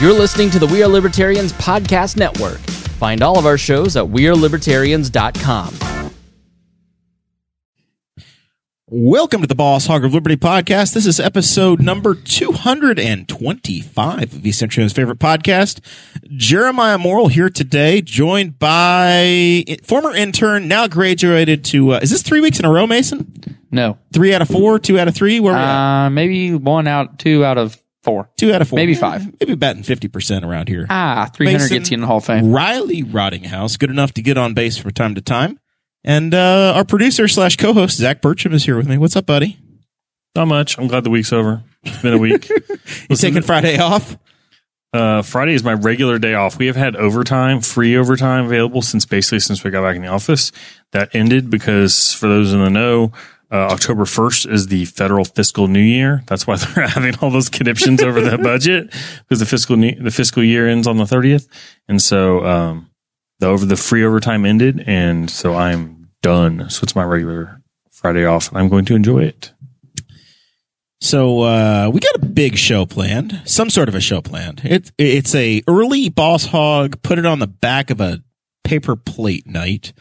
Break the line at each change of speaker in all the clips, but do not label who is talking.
You're listening to the We Are Libertarians Podcast Network. Find all of our shows at WeareLibertarians.com.
Welcome to the Boss Hog of Liberty podcast. This is episode number 225 of East Centrio's favorite podcast. Jeremiah Morrill here today, joined by former intern, now graduated to, uh, is this three weeks in a row, Mason?
No.
Three out of four, two out of three? Where we at?
Uh, maybe one out, two out of four.
Two out of four.
maybe five.
Eh, Maybe batting 50% around here.
Ah, 300
Mason.
gets you in the Hall of Fame.
Riley Rottinghouse, good enough to get on base from time to time. And uh, our producer slash co-host, Zach Bertram, is here with me. What's up, buddy?
Not much. I'm glad the week's over. It's been a week.
You taking Friday off?
uh, Friday is my regular day off. We have had overtime, free overtime available since basically since we got back in the office. That ended because for those in the know, uh, October 1st is the federal fiscal new year. That's why they're having all those conniptions over the budget because the fiscal new, the fiscal year ends on the 30th. And so, um, the over the free overtime ended. And so I'm done. So it's my regular Friday off and I'm going to enjoy it.
So uh, we got a big show planned, some sort of a show planned. It, it's a early boss hog, put it on the back of a paper plate night.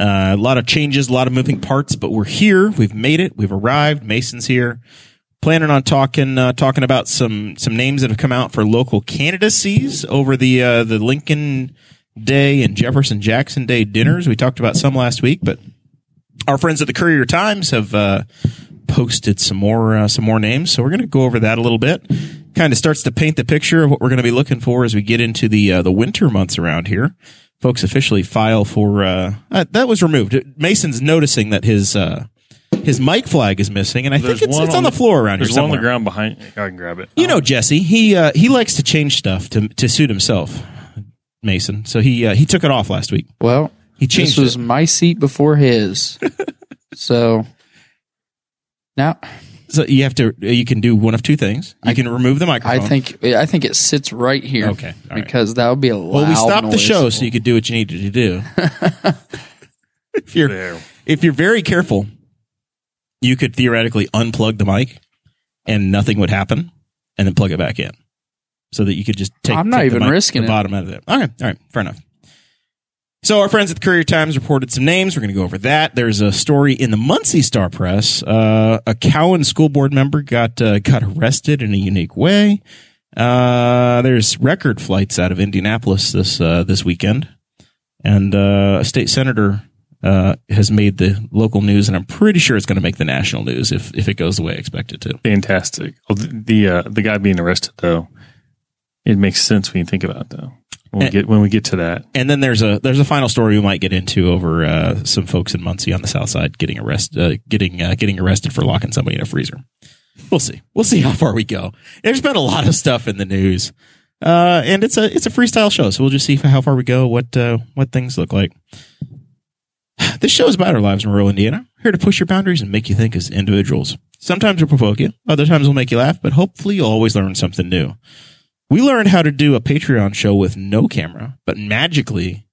Uh, a lot of changes, a lot of moving parts, but we're here. We've made it. We've arrived. Mason's here. Planning on talking uh, talking about some some names that have come out for local candidacies over the uh, the Lincoln Day and Jefferson Jackson Day dinners. We talked about some last week, but our friends at the Courier Times have uh, posted some more uh, some more names, so we're going to go over that a little bit. Kind of starts to paint the picture of what we're going to be looking for as we get into the uh, the winter months around here. Folks officially file for uh, uh, that was removed. Mason's noticing that his uh, his mic flag is missing, and I
There's
think it's,
one
it's on the, floor around here
There's one on the
somewhere.
ground behind. I can grab it.
You know Jesse, he uh, he likes to change stuff to to suit himself. Mason, so he uh, he took it off last week.
Well,
He
this
changed
was
it.
my seat before his. so now
So you have to you can do one of two things. You can remove the
I
microphone.
think I think it sits right here.
Okay, all right.
because that would be a loud
Well, we stopped the
noise.
show so you could do what you needed to do. if you're
There.
if you're very careful, you could theoretically unplug the mic and nothing would happen, and then plug it back in, so that you could just take.
I'm not
take
even
the mic,
risking
the
it.
bottom out of it. Okay, all right, fair enough. So our friends at the Courier Times reported some names. We're going to go over that. There's a story in the Muncie Star Press. Uh, a Cowan school board member got uh, got arrested in a unique way. Uh, there's record flights out of Indianapolis this uh, this weekend, and uh, a state senator uh, has made the local news, and I'm pretty sure it's going to make the national news if if it goes the way I expect it to.
Fantastic. Well, the the, uh, the guy being arrested though, it makes sense when you think about it, though. When we
Eh.
get when we get to that,
And then there's a there's a final story we might get into over uh, some folks in Muncie on the south side getting arrested uh, getting uh, getting arrested for locking somebody in a freezer. We'll see. We'll see how far we go. There's been a lot of stuff in the news, uh, and it's a it's a freestyle show, so we'll just see how far we go. What uh, what things look like. This show is about our lives in rural Indiana. Here to push your boundaries and make you think as individuals. Sometimes we'll provoke you, other times we'll make you laugh, but hopefully you'll always learn something new. We learned how to do a Patreon show with no camera, but magically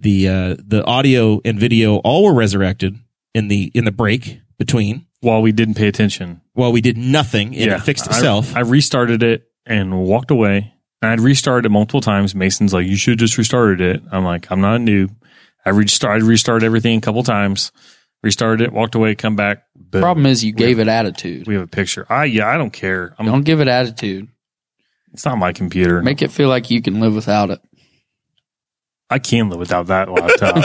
the uh, the audio and video all were resurrected in the in the break between.
while we didn't pay attention,
While we did nothing, and it fixed
I-
itself.
I, restarted it and walked away. And I'd restarted it multiple times. Mason's like, "You should just restarted it." I'm like, "I'm not a noob." I restarted, restarted everything a couple times. Restarted it, walked away, come back. Boom.
Problem is, you gave it attitude.
we have a picture. I yeah, I don't care. I'm,
Don't give it attitude.
it's not my computer.
Make it feel like you can live without it.
I can live without that laptop.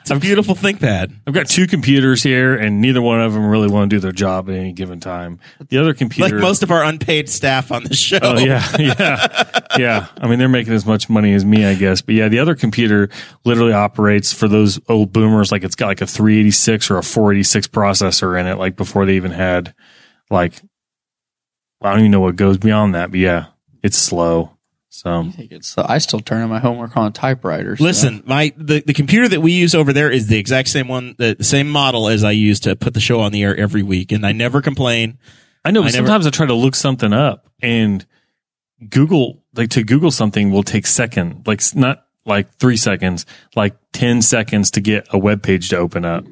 it's a beautiful ThinkPad.
I've got two computers here, and neither one of them really want to do their job at any given time. The other
Like
computer,
most of our unpaid staff on the show.
oh yeah, yeah, yeah. I mean, they're making as much money as me, I guess. But yeah, the other computer literally operates for those old boomers like it's got like a 386 or a 486 processor in it, like before they even had like I don't even know what goes beyond that. But yeah, it's slow. So
I think it's- I still turn in my homework on a typewriter. so-
Listen, my the, the computer that we use over there is the exact same one, the, the same model as I use to put the show on the air every week, and I never complain.
I know,
I
but
never-
sometimes I try to look something up and Google, like to Google something will take second, like s- not like three seconds, like 10 seconds to get a web page to open up.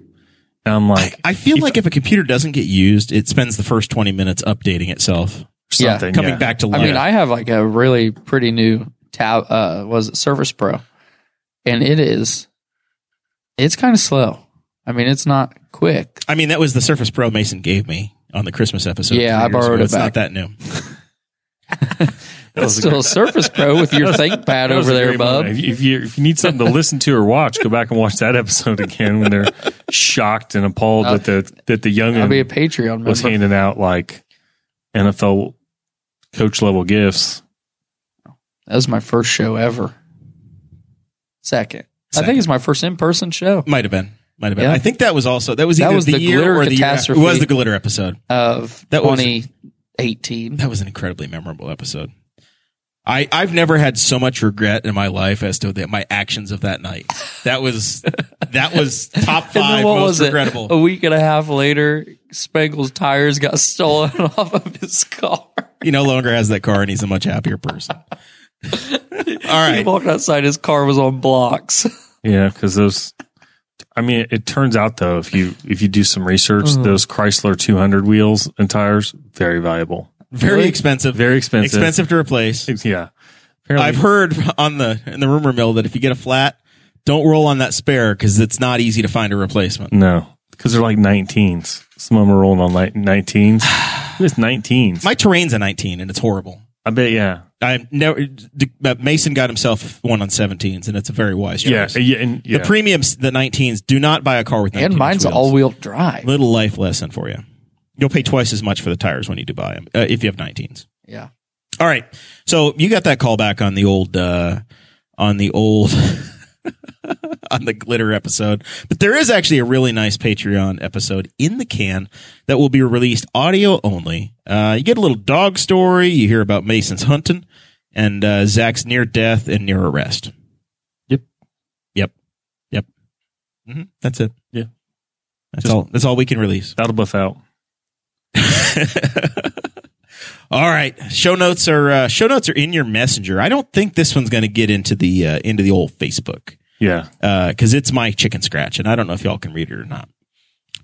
And I'm like,
I feel like if a computer doesn't get used, it spends the first twenty minutes updating itself.
something.
Yeah,
coming
yeah.
back to
I
life.
mean, I have like a really pretty new tab. Uh, was it Surface Pro? And it is, it's kind of slow. I mean, it's not quick.
I mean, that was the Surface Pro Mason gave me on the Christmas episode.
Yeah,
three
I
years
borrowed
ago.
it
It's
back.
not that new.
That
That's
was a
still a Surface Pro with your ThinkPad
That was
over
a
there,
great
bub.
moment. If you, if you if you need something to listen to or watch, go back and watch that episode again when they're shocked and appalled that the that the young
I'll be a Patreon
was
member.
handing out like NFL coach level gifts.
That was my first show ever. Second. I
Second.
think it's my first in person show
Might have been. Might have been.
Yeah.
I think that was also that was
That
either
was
the,
the
year
glitter
or the year-
catastrophe.
It was the glitter episode.
of
That was-
2018.
That was an incredibly memorable episode. I I've never had so much regret in my life as to the, my actions of that night. That was that was top
And then
five
what
most
was
regrettable.
it? Oh. A week and a half later, Spangle's tires got stolen off of his car.
He no longer has that car, and he's a much happier person. All
He
right,
walked outside, his car was on blocks.
Yeah, because those. I mean, it turns out though, if you if you do some research,
Mm-hmm.
those Chrysler 200 wheels and tires very valuable,
very expensive,
very expensive.
expensive to replace.
Yeah, apparently
I've heard on the in the rumor mill that if you get a flat, don't roll on that spare because it's not easy to find a replacement.
no, because they're like 19s. Some of them are rolling on like 19s. It's 19s.
My terrain's a 19 and it's horrible.
I bet. Yeah.
I never. D- uh, Mason got himself one on 17s, and it's a very wise
Yeah.
choice.
yeah, and, yeah.
The premiums, the 19s, do not buy a car with 19s.
and mine's
wheels.
all wheel drive.
little life lesson for you. You'll pay twice as much for the tires when you do buy them uh, if you have 19s.
Yeah.
All right. So you got that call back on the old, uh, on the old, on the glitter episode. But there is actually a really nice Patreon episode in the can that will be released audio only. Uh, you get a little dog story. You hear about Mason's hunting and, uh, Zach's near death and near arrest.
Yep.
Yep. Yep. hmm That's it.
Yeah.
That's
Just-
all, that's all we can release.
that'll buff out.
All right, show notes are uh, show notes are in your messenger. I don't think this one's going to get into the uh, into the old Facebook
Yeah.
because Uh, it's my chicken scratch, and I don't know if y'all can read it or not.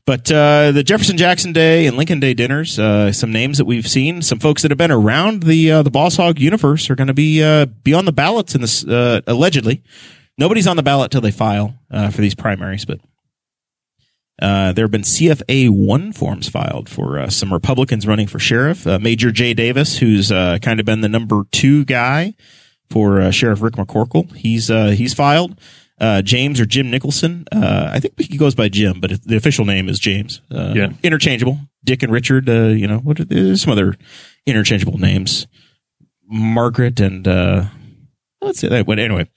But uh, the Jefferson Jackson Day and Lincoln Day dinners, uh, some names that we've seen, some folks that have been around the uh, the Boss Hog universe are going to be uh, be on the ballots in this uh, allegedly. Nobody's on the ballot till they file uh, for these primaries, but uh, there have been CFA one forms filed for uh, some Republicans running for sheriff. Uh, Major Jay Davis, who's uh, kind of been the number two guy for uh, Sheriff Rick McCorkle, he's uh, he's filed. Uh, James or Jim Nicholson, uh, I think he goes by Jim, but the official name is James. Uh,
Yeah.
interchangeable. Dick and Richard, uh, you know, what are, there's some other interchangeable names. Margaret and uh, let's say that. But anyway,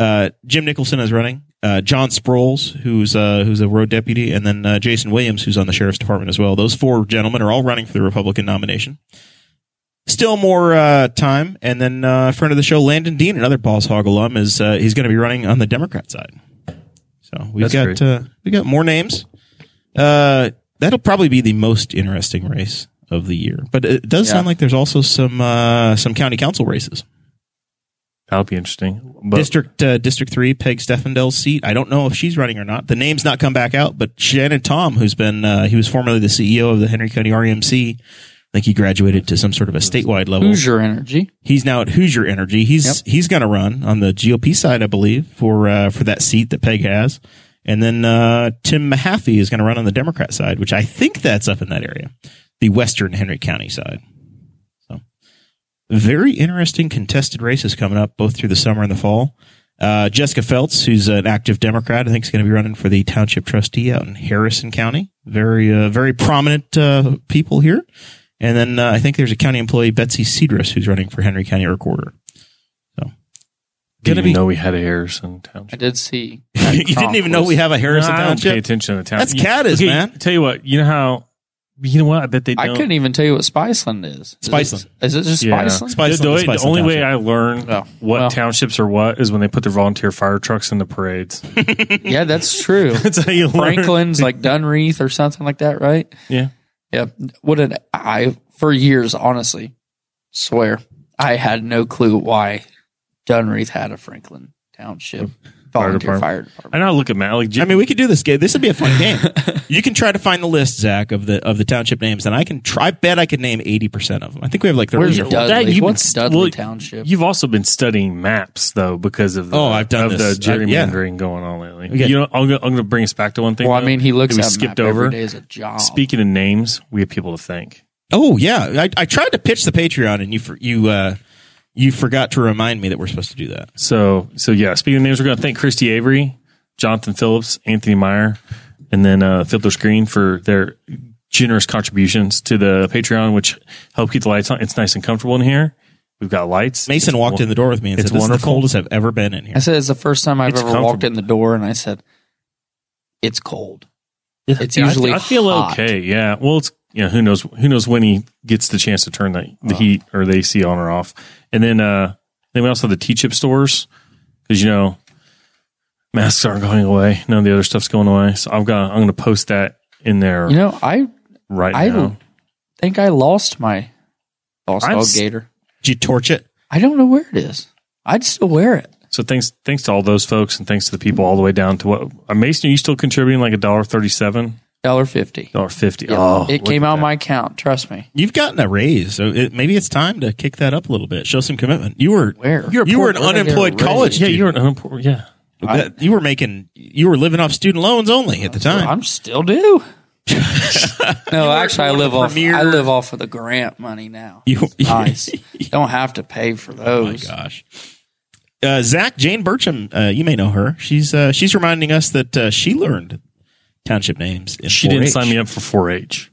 uh, Jim Nicholson is running. Uh, John Sproles, who's uh, who's a road deputy, and then uh, Jason Williams, who's on the sheriff's department as well. Those four gentlemen are all running for the Republican nomination. Still more uh, time, and then uh, friend of the show, Landon Dean, another Boss Hog alum, is uh, he's going to be running on the Democrat side. So we've
That's great.
got uh, we got more names. Uh, that'll probably be the most interesting race of the year, but it does
Yeah.
sound like there's also some uh, some county council races.
That'll be interesting. But
District uh, District Three, Peg Steffendel's seat. I don't know if she's running or not. The name's not come back out, but Shannon Tom, who's been uh, he was formerly the CEO of the Henry County REMC. I think he graduated to some sort of a statewide level.
Hoosier energy.
He's now at Hoosier Energy. He's he's going to run on the GOP side, I believe, for uh, for that seat that Peg has. And then uh, Tim Mahaffey is going to run on the Democrat side, which I think that's up in that area, the Western Henry County side. So, very interesting contested races coming up both through the summer and the fall. Uh, Jessica Feltz, who's an active Democrat, I think is going to be running for the township trustee out in Harrison County. Very, uh, very prominent uh, people here. And then uh, I think there's a county employee, Betsy Cedrus, who's running for Henry County Irk Order. So, gonna
didn't even
be.
know we had a Harrison Township.
I did see.
you didn't even know we have a Harrison
No, I don't pay
Township.
attention to the town.
That's
You-
Cadiz,
okay,
man.
Tell you what, you know how, you know what? I bet they.
I
don't-
couldn't even tell you what Spiceland is. Is it-
Spiceland.
Is it just
Yeah.
Spiceland?
Spiceland,
the, the-
Spiceland
the only way
Township.
I learn
Oh,
what
well.
townships are what is when they put their volunteer fire trucks in the parades.
yeah, that's true.
That's how you learn.
Franklin's like Dunreath or something like that, right?
Yeah.
Yeah. What did I for years, honestly, swear I had no clue why Dunreath had a Franklin Township volunteer
department.
fire
I
department.
know. I Look at Matt. Like,
I mean, we could do this game. This would be a fun game. you can try to find the list, Zach, of the of the township names, and I can try. I bet I could name eighty percent of them. I think we have like
Where's
thirty.
your Dudley?
that you've been
What's
st-
Dudley
well,
Township?
You've also been studying maps though because of the,
Oh, I've done
of
this.
the
I- yeah.
gerrymandering going on lately.
Okay.
You know, I'm gonna, I'm gonna bring us back to one thing.
well, I
though,
mean, he looks
that we
at
skipped
skipped map
over.
every day as a job.
Speaking of names, we have people to thank.
Oh yeah, I, I tried to pitch the Patreon, and you for, you uh, you forgot to remind me that we're supposed to do that.
So, so yeah. Speaking of names, we're gonna thank Christy Avery, Jonathan Phillips, Anthony Meyer, and then uh, Filter Screen for their generous contributions to the Patreon, which help keep the lights on. It's nice and comfortable in here. We've got lights.
Mason walked in the door with me and
it's
said, "This is the
wonderful.
coldest I've ever been in here."
I said it's the first time I've
It's
ever walked in
comfortable.
the door, and I said, "It's cold." It's
Yeah, I-
usually
I, feel
hot.
okay. Yeah. Well, it's you know, who knows who knows when he gets the chance to turn the, the
Uh-huh.
heat or the AC on or off. And then uh then we also have the T chip stores because you know masks aren't going away. None of the other stuff's going away. So I've got I'm going to post that in there
You know, I
right
I
now.
think I lost my lost
I'm
dog
s-
gator.
Did you torch it?
I don't know where it is. I'd still wear it.
So thanks thanks to all those folks and thanks to the people all the way down to what uh, Mason. Are you still contributing like a dollar thirty seven,
Dollar fifty.
dollar fifty?
Yeah,
Oh,
it
look
came
at
out
that.
my account. Trust me.
You've gotten a raise, so it, maybe it's time to kick that up a little bit. Show some commitment. You were
Where?
you
You're
a poor-
were an
where did I get a
unemployed
raise?
college.
Yeah,
student.
you're an unemployed. Yeah.
That- you were making you were living off student loans only at the time.
I'm still do. no, actually, I
one of
live
the
off.
premier-
I live off of the grant money now.
You-
nice. Don't have to pay for
Oh my
those.
gosh. Uh, Zach Jane Burcham, uh, you may know her. She's uh, she's reminding us that uh, she learned township names. In
She didn't
4-H.
sign me up for 4-H,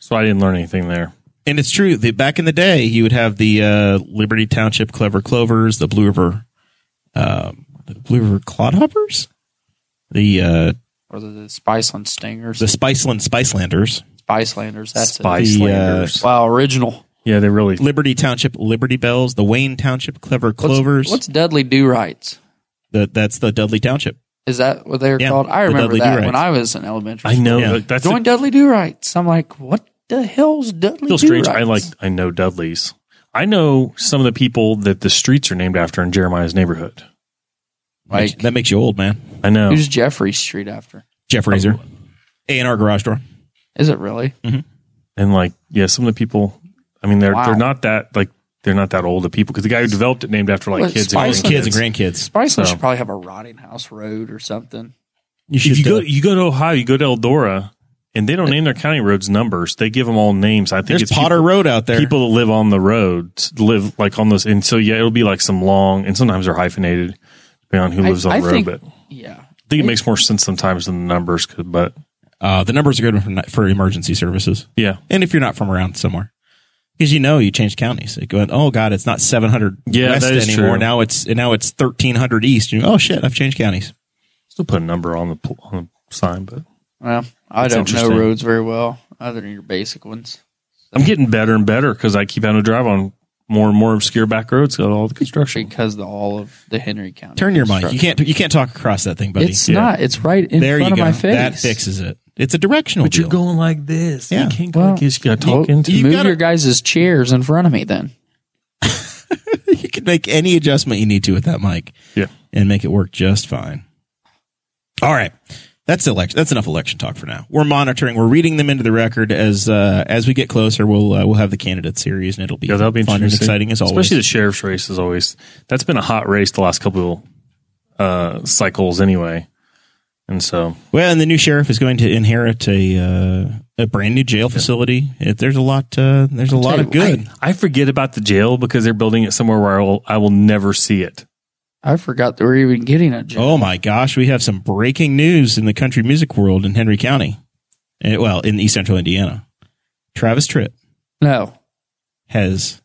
so I didn't learn anything there.
and it's true that back in the day, you would have the uh, Liberty Township Clever Clovers, the Blue River, um, the Blue River Clodhoppers, the uh,
or the, the Spiceland Stingers,
the
the
Spiceland Spicelanders,
Spicelanders. That's
Spice
The, uh,
Landers.
it. Wow, original.
yeah, they really
Liberty Township Liberty Bells, the Wayne Township Clever
What's-
Clovers.
What's, Dudley Do Rights?
the, that's the Dudley Township.
Is that what they're
Yeah,
called? I
the
remember
Dudley
that
Do-Rights.
when I was in elementary.
I know
Yeah.
like, that's
Join
the,
Dudley Do Rights. I'm like, what the hell's Dudley?
feel
Do
strange. I
Rights?
like I know Dudley's. I know some of the people that the streets are named after in Jeremiah's neighborhood.
Like-
that makes you old, man.
I know.
who's Jeffrey Street after?
Jeff
Oh.
Razor, A and R Garage Door.
Is it really?
Mm,
And like yeah, some of the people I mean they're
Wow.
they're not that like they're not that old of people because the guy who developed it named after like
What,
kids
Spice
and
Kids and grandkids.
Spiceland
So-
should probably have a Rotting House Road or something.
You
If you
uh,
go you go to Ohio, you go to Eldora and they don't name their county roads numbers. They give them all names. I think
There's
it's
Potter
people,
Road out there.
people that live on the roads live like on those and so yeah, it'll be like some long and sometimes they're hyphenated depending on who lives on
I
the road
think-
but
Yeah.
I think it makes more sense sometimes than the numbers, could, but
uh, the numbers are good for, for emergency services,
yeah,
and if you're not from around somewhere, because you know you changed counties. Like going, oh god, it's not 700
Yeah,
west
that is
anymore.
true.
Now it's and now it's 1300 east. You go, oh shit, I've changed counties.
still put a number on the pl- on the sign, but
Well, I
That's
don't know
interesting.
roads very well, other than your basic ones.
I'm getting better and better because I keep having to drive on more and more obscure back roads with all the construction.
Because the all of the Henry County.
Turn your mic. You
construction.
can't you can't talk across that thing, buddy.
It's not. It's right in
there
front
you
of
go.
my face.
That fixes it. It's a directional.
But you're
deal.
going like this.
Yeah.
You can't go
Well,
like this. You got to
Well,
talk into
you
move
gotta-
your guys' chairs in front of me then.
you can make any adjustment you need to with that mic.
Yeah.
and make it work just fine. All right. That's election. That's enough election talk for now. We're monitoring. We're reading them into the record as uh, as we get closer. We'll uh, we'll have the candidate series and it'll be,
Yeah, that'll be
fun and
interesting.
exciting as always.
Especially the sheriff's race is always that's been a hot race the last couple uh, cycles anyway, and so
well, and the new sheriff is going to inherit a uh, a brand new jail facility. It, there's a lot. Uh, there's a lot
tell
of
you, I-
good.
I forget about the jail because they're building it somewhere where I will I will never see it.
I forgot that we were even getting a job.
oh my gosh, we have some breaking news in the country music world in Henry County. Eh, well, in East Central Indiana, Travis Tritt
No.
has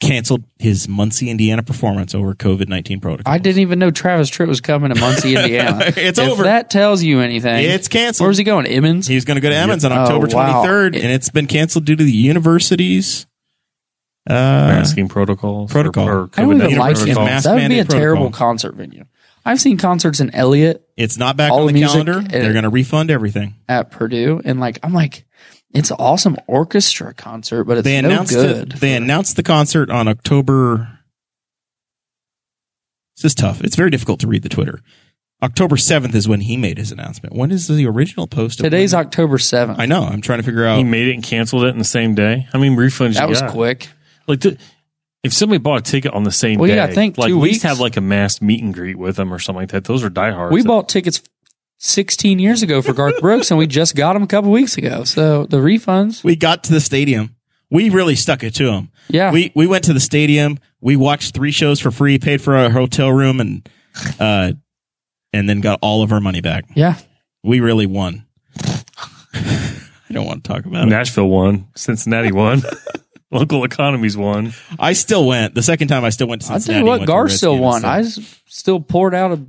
canceled his Muncie, Indiana performance over COVID nineteen protocol.
I didn't even know Travis Tritt was coming to Muncie, Indiana.
It's
if
over.
that tells you anything.
It's canceled.
Where's he going? Emmons?
He's going to go to Emmons on October
Oh, wow.
23rd, and it's been canceled due to the university's uh,
Masking protocols, or-
protocol.
or
I don't even
COVID-19
like
University
protocols.
mask
Emmons. That would be a
mandate
terrible
protocol.
concert venue. I've seen concerts in Elliott
it's not back
All
on the
the music
calendar.
and-
They're going to refund everything.
at Purdue, and like I'm like, it's an awesome orchestra concert, but it's
They
no
announced
good.
it, they announced the concert on October This is tough. It's very difficult to read the Twitter. October 7th is when he made his announcement. When is the original post? of
Today's
when-
October 7th.
I know. I'm trying to figure out.
He made it and canceled it in the same day. I mean, refunds.
that
you
was
got.
quick.
Like, th- if somebody bought a ticket on the same
Well,
day,
yeah, I think
like
two
at
weeks.
least have like a mass meet and greet with them or something like that. Those are diehards.
We bought tickets 16 years ago for Garth Brooks, and we just got them a couple weeks ago. So the refunds,
we got to the stadium. We really stuck it to him.
yeah,
We we went to the stadium. We watched three shows for free, paid for a hotel room, and uh, and then got all of our money back.
yeah.
We really won. I don't want to talk about it.
Nashville won, Cincinnati won, local economies won.
I still went the second time. I still went to
I tell
Cincinnati.
you what,
went to a
Garth
Reds
still
game,
won.
so-
I s- still poured out a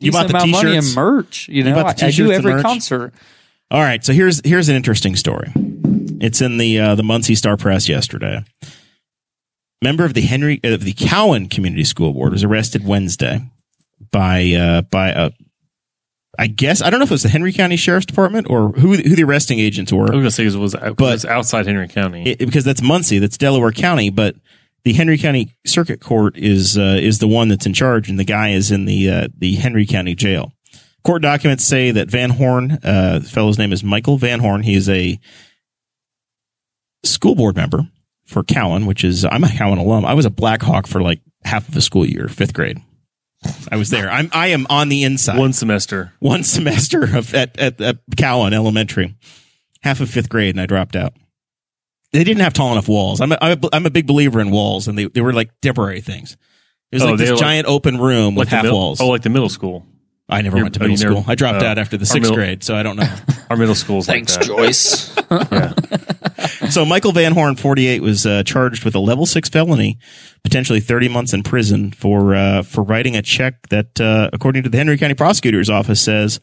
You bought
decent
the
amount of money in
t-shirts?
merch. You know,
bought the
I, I do
t-shirts and
every
merch?
concert.
All right, so here's here's an interesting story. It's in the uh, the Muncie Star Press yesterday. Member of the Henry of the Cowan Community School Board was arrested Wednesday by uh, by a I guess I don't know if it was the Henry County Sheriff's Department or who who the arresting agents were
I was gonna say it was, it
But-
was outside Henry County.
it, because that's Muncie, that's Delaware County, but the Henry County Circuit Court is uh, is the one that's in charge, and the guy is in the uh, the Henry County Jail. Court documents say that Van Horn, uh, the fellow's name is Michael Van Horn. He is a school board member for Cowan, which is I'm a Cowan alum. I was a Black Hawk for like half of a school year, fifth grade. I was there. I'm I am on the inside
One semester.
one semester of at, at, at Cowan Elementary, half of fifth grade, and I dropped out. They didn't have tall enough walls. I'm a, I'm a, I'm a big believer in walls, and they, they were like temporary things. It was
Oh,
like this
they're like-
giant open room with
the
half
mid-
walls.
Oh, like the middle school.
I never
you're-
went to
oh, you
middle
never-
school. I dropped
oh.
out after the
Our
sixth
middle-
grade, so I don't know.
Our middle school's
Thanks,
like that.
Joyce.
so Michael Van Horn, 48, was uh, charged with a level six felony, potentially 30 months in prison for uh, for writing a check that, uh, according to the Henry County Prosecutor's Office, says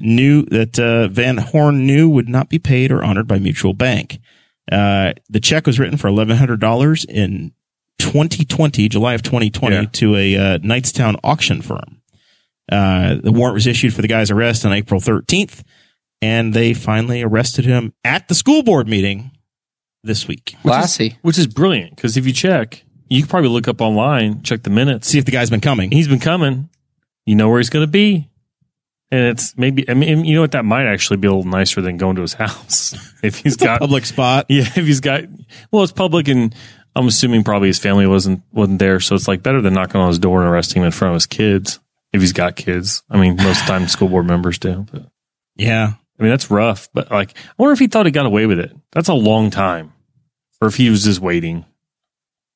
knew that uh, Van Horn knew would not be paid or honored by Mutual Bank. Uh, the check was written for $1,100 in 2020, July of 2020,
Yeah.
to a uh, Knightstown auction firm. Uh, the warrant was issued for the guy's arrest on April 13th, and they finally arrested him at the school board meeting this week.
Classy.
Which is brilliant because if you check, you can probably look up online, check the minutes.
See if the guy's been coming.
he's been coming. You know where he's going to be. And it's maybe, I mean, you know what? That might actually be a little nicer than going to his house. If he's got,
Public spot.
yeah, if he's got, well, it's public and I'm assuming probably his family wasn't, wasn't there. So it's like better than knocking on his door and arresting him in front of his kids. If he's got kids. I mean, most of the time school board members do, but
Yeah.
I mean, that's rough, but like, I wonder if he thought he got away with it. That's a long time. Or if he was just waiting.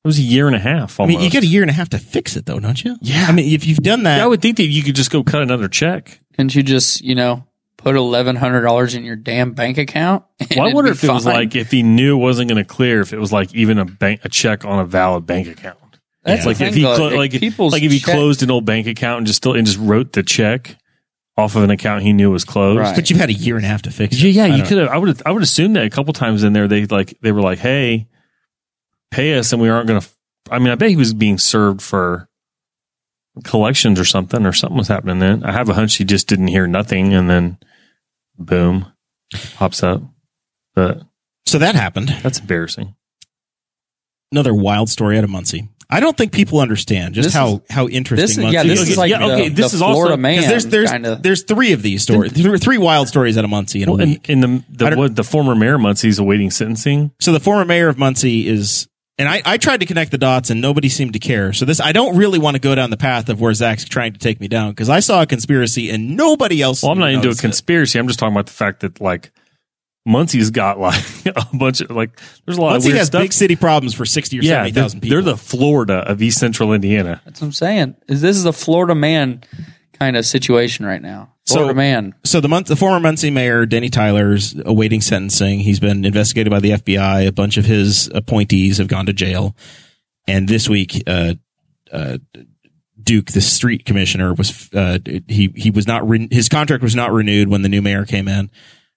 It was a year and a half
I
almost.
mean, you get a year and a half to fix it, though, don't you?
Yeah.
I mean, if you've done that,
I would think that you could just go cut another check.
Couldn't you just, you know, put eleven hundred dollars in your damn bank account? and
Well, I
it'd
wonder
be
if it was
fine?
like if he knew it wasn't going to clear, if it was like even a bank a check on a valid bank account.
That's the
Like if
thing,
he
though,
clo- like
people's
like if he
check-
closed an old bank account and just still and just wrote the check off of an account he knew was closed.
Right.
but you've had a year and a half to fix it.
Yeah,
I
yeah, you
don't-
could have. I would I would assume that a couple times in there they like they were like, hey, pay us, and we aren't going to. I mean, I bet he was being served for collections or something, or something was happening then. I have a hunch he just didn't hear nothing, and then boom, pops up. But
So that happened.
that's embarrassing.
Another wild story out of Muncie. I don't think people understand just
This
how how interesting
This is,
Muncie
yeah,
is.
this is like
Yeah, okay,
the,
this
the
is also-
Florida
'cause
man.
because there's there's
kind of.
there's three of these stories, th- three wild stories out of Muncie in a
Well, and,
week.
and the
I
the
don't-
what, the former mayor Muncie's awaiting sentencing.
So the former mayor of Muncie is, and I, I tried to connect the dots, and nobody seemed to care. So this, I don't really want to go down the path of where Zach's trying to take me down because I saw a conspiracy and nobody else.
Well, I'm not
even
into a
noticed it.
conspiracy. I'm just talking about the fact that like Muncie's got like a bunch of like there's a lot
Muncie
of weird
has
stuff.
big city problems for sixty or seventy
they're,
thousand people.
they're the Florida of East Central Indiana.
That's what I'm saying. Is This is a Florida man kind of situation right now.
So-
Florida man.
so the month, the former Muncie mayor Denny Tyler's awaiting sentencing. He's been investigated by the FBI. A bunch of his appointees have gone to jail, and this week, uh, uh, Duke, the street commissioner, was uh, he he was not re- his contract was not renewed when the new mayor came in.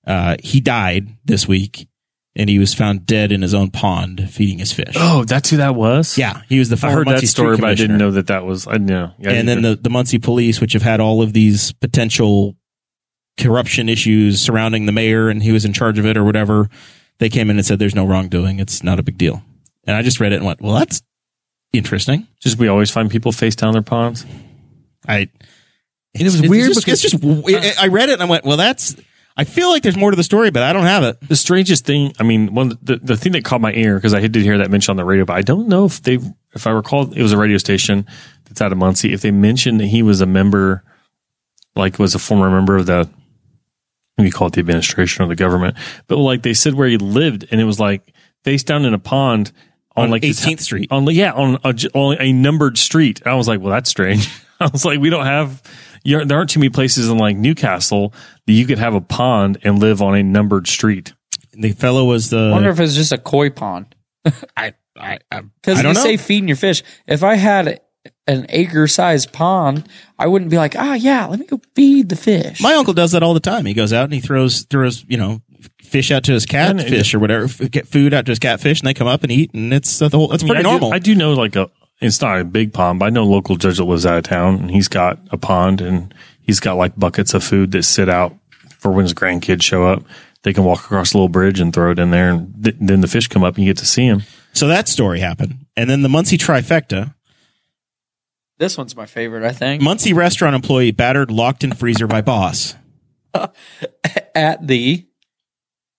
Uh, he died this week, and he was found dead in his own pond feeding his fish.
Oh, that's who that was.
yeah, he was Oh, the
I
former
heard
Muncie
that
street
story, but I
commissioner
didn't know that that was. I know. Yeah,
and then the, the Muncie police, which have had all of these potential corruption issues surrounding the mayor and he was in charge of it or whatever, they came in and said there's no wrongdoing. It's not a big deal. And I just read it and went, well, that's interesting.
Just we always find people face down their ponds.
I.
it was weird
just,
because
it's just. it- I read it and I went, well, that's. I feel like there's more to the story, but I don't have it.
The strangest thing, I mean, one the, the thing that caught my ear because I did hear that mentioned on the radio, but I don't know if they, if I recall, it was a radio station that's out of Muncie. If they mentioned that he was a member, like was a former member of the, we call it the administration or the government, but like they said where he lived, and it was like face down in a pond on,
On
like this-
18th Street.
on yeah on a, on a numbered street. I was like, well, that's strange. I was like, we don't have you there aren't too many places in like Newcastle that you could have a pond and live on a numbered street.
The fellow was the.
I wonder if it's just a koi pond.
I, I, I,
Because
I
you
don't know.
say feeding your fish. If I had an acre sized pond, I wouldn't be like, ah, yeah, let me go feed the fish.
My uncle does that all the time. He goes out and he throws throws you know fish out to his catfish or whatever, f- get food out to his catfish, and they come up and eat, and it's uh, the whole. That's
I
pretty
mean, I do-
normal.
I do know like a it's not a big pond, but I know a local judge that lives out of town and he's got a pond and he's got like buckets of food that sit out for when his grandkids show up. They can walk across a little bridge and throw it in there, and th- then the fish come up and you get to see them.
so that story happened, and then the Muncie trifecta:
this one's my favorite, I think.
Muncie restaurant employee battered, locked in freezer by boss.
At the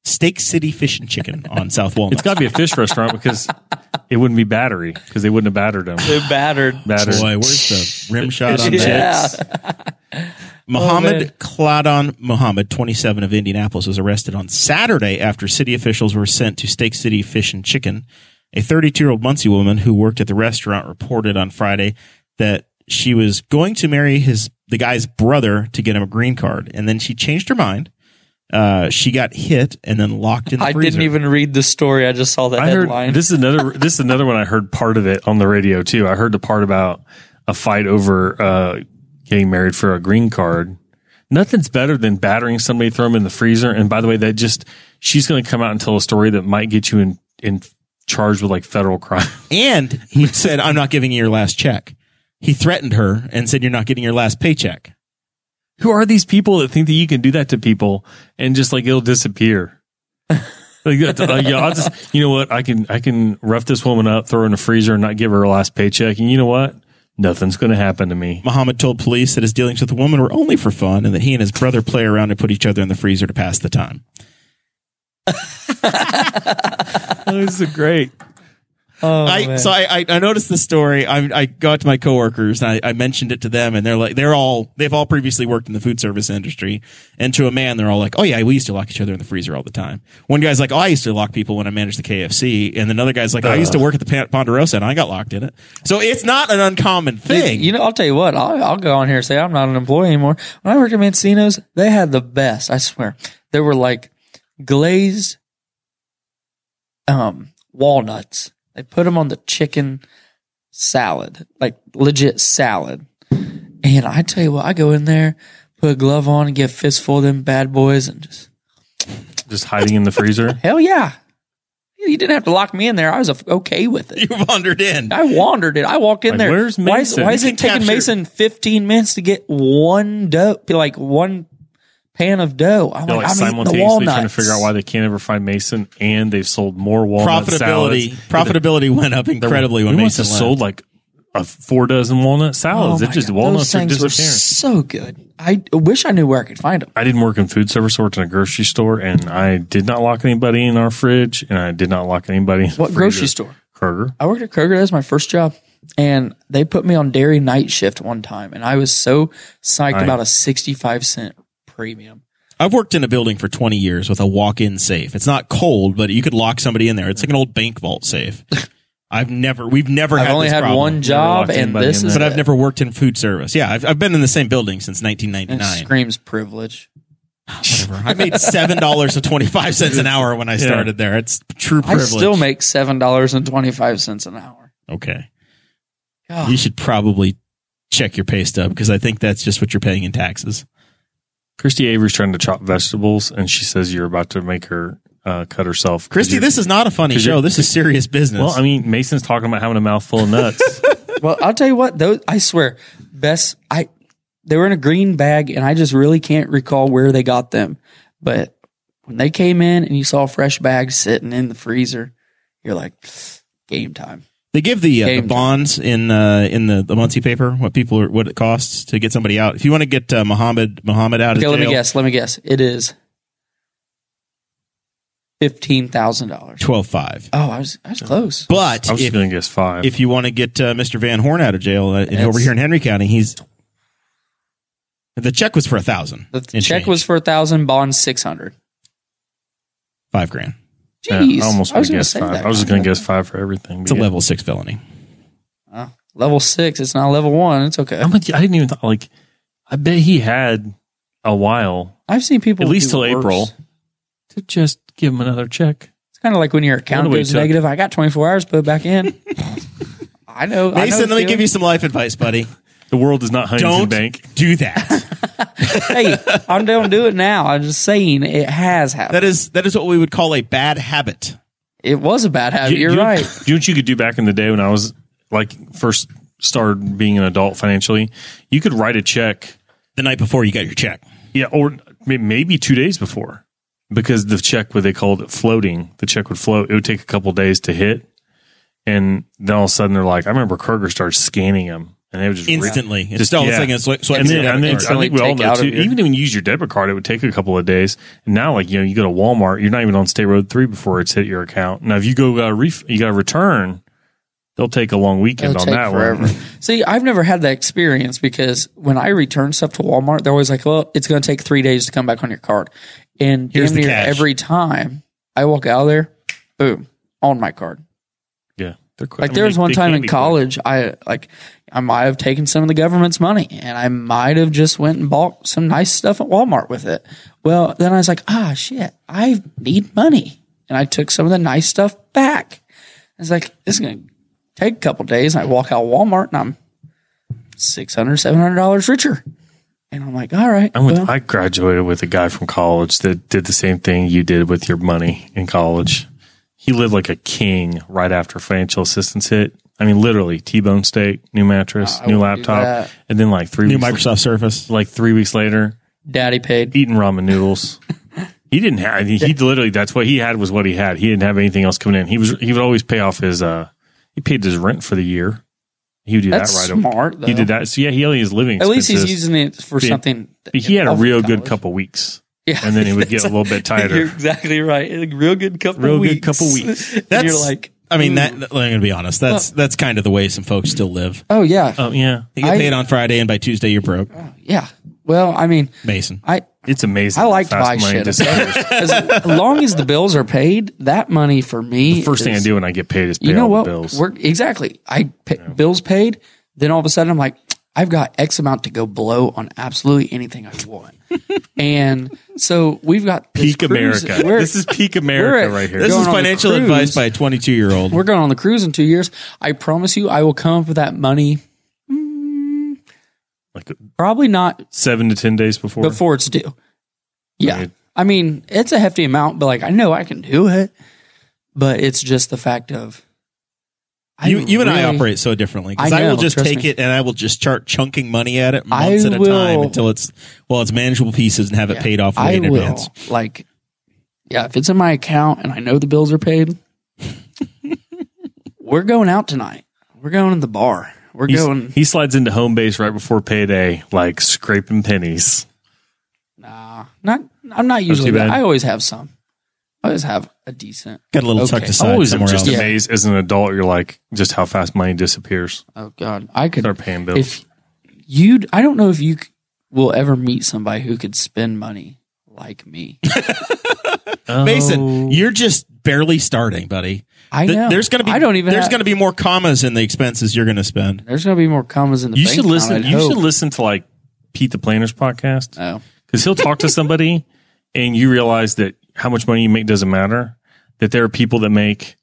Steak City Fish and Chicken on South
It's
Walnut.
got to be a fish restaurant because it wouldn't be battery because they wouldn't have battered him.
the battered.
Battered.
Boy, where's the rim shot on that?
Yeah. Oh,
Muhammad Cladon Muhammad, 27 of Indianapolis, was arrested on Saturday after city officials were sent to Steak City Fish and Chicken. A 32 year old Muncie woman who worked at the restaurant reported on Friday that she was going to marry his the guy's brother to get him a green card, and then she changed her mind. Uh, she got hit and then locked in the
I
freezer.
didn't even read the story. I just saw the
I heard
headline.
this is another this is another one I heard part of it on the radio too. I heard the part about a fight over uh, getting married for a green card. Nothing's better than battering somebody, throw them in the freezer. And by the way, that just she's going to come out and tell a story that might get you in in charged with like federal crime.
And he said, "I'm not giving you your last check." He threatened her and said, "You're not getting your last paycheck."
Who are these people that think that you can do that to people and just like it'll disappear? like, that's- like, yeah, I'll just, you know what? I can I can rough this woman up, throw her in the freezer, and not give her her last paycheck. And you know what? Nothing's going to happen to me.
Muhammad told police that his dealings with the woman were only for fun and that he and his brother play around and put each other in the freezer to pass the time.
this is great.
oh,
I,
man.
so I, I, I noticed the story. I, I got to my coworkers and I, I mentioned it to them and they're like, they're all, they've all previously worked in the food service industry. And to a man, they're all like, oh yeah, we used to lock each other in the freezer all the time. One guy's like, oh, I used to lock people when I managed the KFC. And another guy's like, I used to work at the Pan- Ponderosa and I got locked in it. So it's not an uncommon thing.
You know, I'll tell you what. I'll, I'll go on here and say I'm not an employee anymore. When I worked at Mancino's, they had the best. I swear, there were like glazed um, walnuts. They put them on the chicken salad, like legit salad. And I tell you what, I go in there, put a glove on, and get a fistful of them bad boys, and just
Just hiding in the freezer.
hell yeah. You didn't have to lock me in there. I was okay with it.
You wandered in.
I wandered it. I walked in
Like,
there.
where's
Why is,
Mason?
why is
You can
it taking
capture-
Mason 15 minutes to get one dough, like one pan of dough? I'm
They're
like, I'm eating
like
the
simultaneously
walnuts.
trying to figure out why they can't ever find Mason, and they've sold more walnut
Profitability,
salads.
profitability went up incredibly when
we must
Mason
have
left.
sold like a four dozen walnut
Oh
salads.
my
it just
God,
walnuts
Those
are
things were
disappearing.
so good. I wish I knew where I could find them.
I didn't work in food service. I worked in a grocery store, and I did not lock anybody in our fridge, and I did not lock anybody. In the
What
freezer.
grocery store?
Kroger.
I worked at Kroger. That was my first job. And they put me on dairy night shift one time. And I was so psyched about a 65 cent premium.
I've worked in a building for 20 years with a walk-in safe. It's not cold, but you could lock somebody in there. It's like an old bank vault safe. I've never, we've never
I've
had
only
this
had
problem.
one job,
locked
and
anybody
this
in
is
but I've
it.
never worked in food service. Yeah, I've, I've been in the same building since
It
1999.
screams privilege.
Whatever. I made seven dollars and twenty five cents an hour when I started there. It's true
I
privilege.
still make seven dollars and twenty five cents an hour.
okay.
God.
You should probably check your pay stub because I think that's just what you're paying in taxes.
Christy Avery's trying to chop vegetables, and she says you're about to make her uh, cut herself. 'cause
Christy,
you're-
this is not a funny
'cause you're-
show. This is serious business.
Well, I mean, Mason's talking about having a mouthful of nuts.
Well, I'll tell you what, those I swear, best I they were in a green bag and I just really can't recall where they got them. But when they came in and you saw a fresh bag sitting in the freezer, you're like, game time.
They give the, uh, the
Game-
bonds in uh, in the, the Muncie paper what people are, what it costs to get somebody out. If you want to get uh, Muhammad Muhammad out
Okay,
of jail,
let me guess. Let me guess. It is fifteen thousand dollars.
twelve five.
Oh, I was I was close.
But
I was
if,
just going to guess five.
if you want to get uh, Mr. Van Horn out of jail uh, and
That's-
over here in Henry County, he's the check was for a thousand.
The check was for a thousand, bond six hundred.
five grand.
Yeah,
Jeez,
I almost
I was
would
gonna
guess
say
five.
that.
I was just going to guess five for everything.
It's a level six felony.
Oh, level six. It's not level one. It's okay.
How much? I didn't even thought, like, I bet he had a while,
I've seen people
at
do
least till
worse.
April, to just give him another check.
It's kind of like when your account
Wonder we
goes
took-
negative. I got twenty four hours. Put it back in. I know. I know
Mason,
the
let me give
feeling.
you some life advice, buddy.
The world is not Huntington
Don't
Bank.
do that.
hey, I don't do it now. I'm just saying it has happened.
that is that is what we would call a bad habit.
it was a bad habit. You're
you,
right.
You know what you could do back in the day when I was like first started being an adult financially? You could write a check,
The night before you got your check.
yeah, or may- maybe two days before, because the check what they called it floating. The check would float. It would take a couple days to hit, and then all of a sudden they're like, I remember Kroger started scanning them, and they would just rip-
Instantly. It's
Just-
all it's
yeah.
like a swi- swipe
and
to
then,
your
and then
debit
I
card.
instantly
think we all
take
know
out of
too.
your-
Even when you use your debit card, it would take a couple of days. And now, like you know, you go to Walmart, you're not even on State Road Three before it's hit your account. Now, if you go got a ref- you got a return, they'll take a long weekend
It'll
on
take
that
forever.
one.
See, I've never had that experience because when I return stuff to Walmart, they're always like, "Well, it's going to take three days to come back on your card," and
Here's
damn
the
near
cash.
every time I walk out of there, boom, on my card.
Yeah, they're quick.
Like
I mean,
there was
they-
one
they
time
can
in
be quick.
college, I like I might have taken some of the government's money, and I might have just went and bought some nice stuff at Walmart with it. Well, then I was like, ah, shit, I need money, and I took some of the nice stuff back. I was like, this is gonna take a couple days. And I walk out of Walmart, and I'm six hundred, seven hundred dollars richer, and I'm like, all right,
I went.
well,
I graduated with a guy from college that did the same thing you did with your money in college. He lived like a king right after financial assistance hit. I mean, literally, T-bone steak, new mattress, new
wouldn't do
laptop,
that.
and then like three
New
weeks,
Microsoft Surface.
like three weeks later,
daddy paid.
eating ramen noodles. he didn't have. I mean, he literally. That's what he had was what he had. He didn't have anything else coming in. He was. He would always pay off his. uh He paid his rent for the year. He would do
That's
that right. away.
smart. Though.
He did that. So yeah, he only his living.
At least he's
expenses.
using it for
Yeah.
something.
He had a
involved
real
with
good
college.
couple weeks,
Yeah.
and then he would get a little bit
You're
tighter.
exactly right. A real good couple
Real good
weeks. mm.
couple weeks.
And
That's
you're like,
I mean that I'm gonna be honest. That's that's kind of the way some folks still live.
oh yeah,
Oh yeah,
You get
I-
paid on Friday and by Tuesday you're broke.
yeah. Well, I mean,
Mason.
I
it's amazing.
I
how
like to
fast
buy
money
shit.
just-
as long as the bills are paid, that money for me.
First thing I
is-
do when I get paid is pay
You know
all
what?
the bills.
We're exactly. I pay, bills paid. Then all of a sudden, I'm like, I've got X amount to go blow on absolutely anything I want. and so we've got this
peak
cruise-
America.
we're-
This is peak
we're
America
at-
right here.
This
going
is
on the
financial
cruise.
advice by a twenty two year old.
We're going on the cruise in two years. I promise you, I will come up with that money. mm,
like
Probably not
seven to ten days before.
before it's due. Yeah.
Right.
I mean, it's a hefty amount, but like I know I can do it. But it's just the fact of I
you, you and I
really-
operate so differently because
I
I, will
know,
just
trust
take
me.
it and I will just start chunking money at it
I
months at a time
will-
until it's well, it's manageable pieces and have it paid off way
I
in
will
advance.
like yeah, if it's in my account and I know the bills are paid, we're going out tonight. We're going to the bar. We're
He's-
going
he slides into home base right before payday, like scraping pennies.
nah. Not I'm not usually
too bad.
that. I always have some. I always have a decent
Got a little tucked
Okay.
aside
Always
somewhere
Oh, just
else.
amazed as an adult. You're like just how fast money disappears.
oh god. I could
Start paying bills.
if you i don't know if you c- will ever meet somebody who could spend money like me
Mason, you're just barely starting, buddy.
i
Th-
know
There's gonna be
i don't even
there's
have-
gonna be more commas in the expenses you're gonna spend.
there's gonna be more commas in the
you
bank
should
account,
listen.
I'd
You
hope. Oh,
should listen to like Pete the Planner's podcast.
no.
because he'll talk to somebody and you realize that how much money you make doesn't matter that there are people that make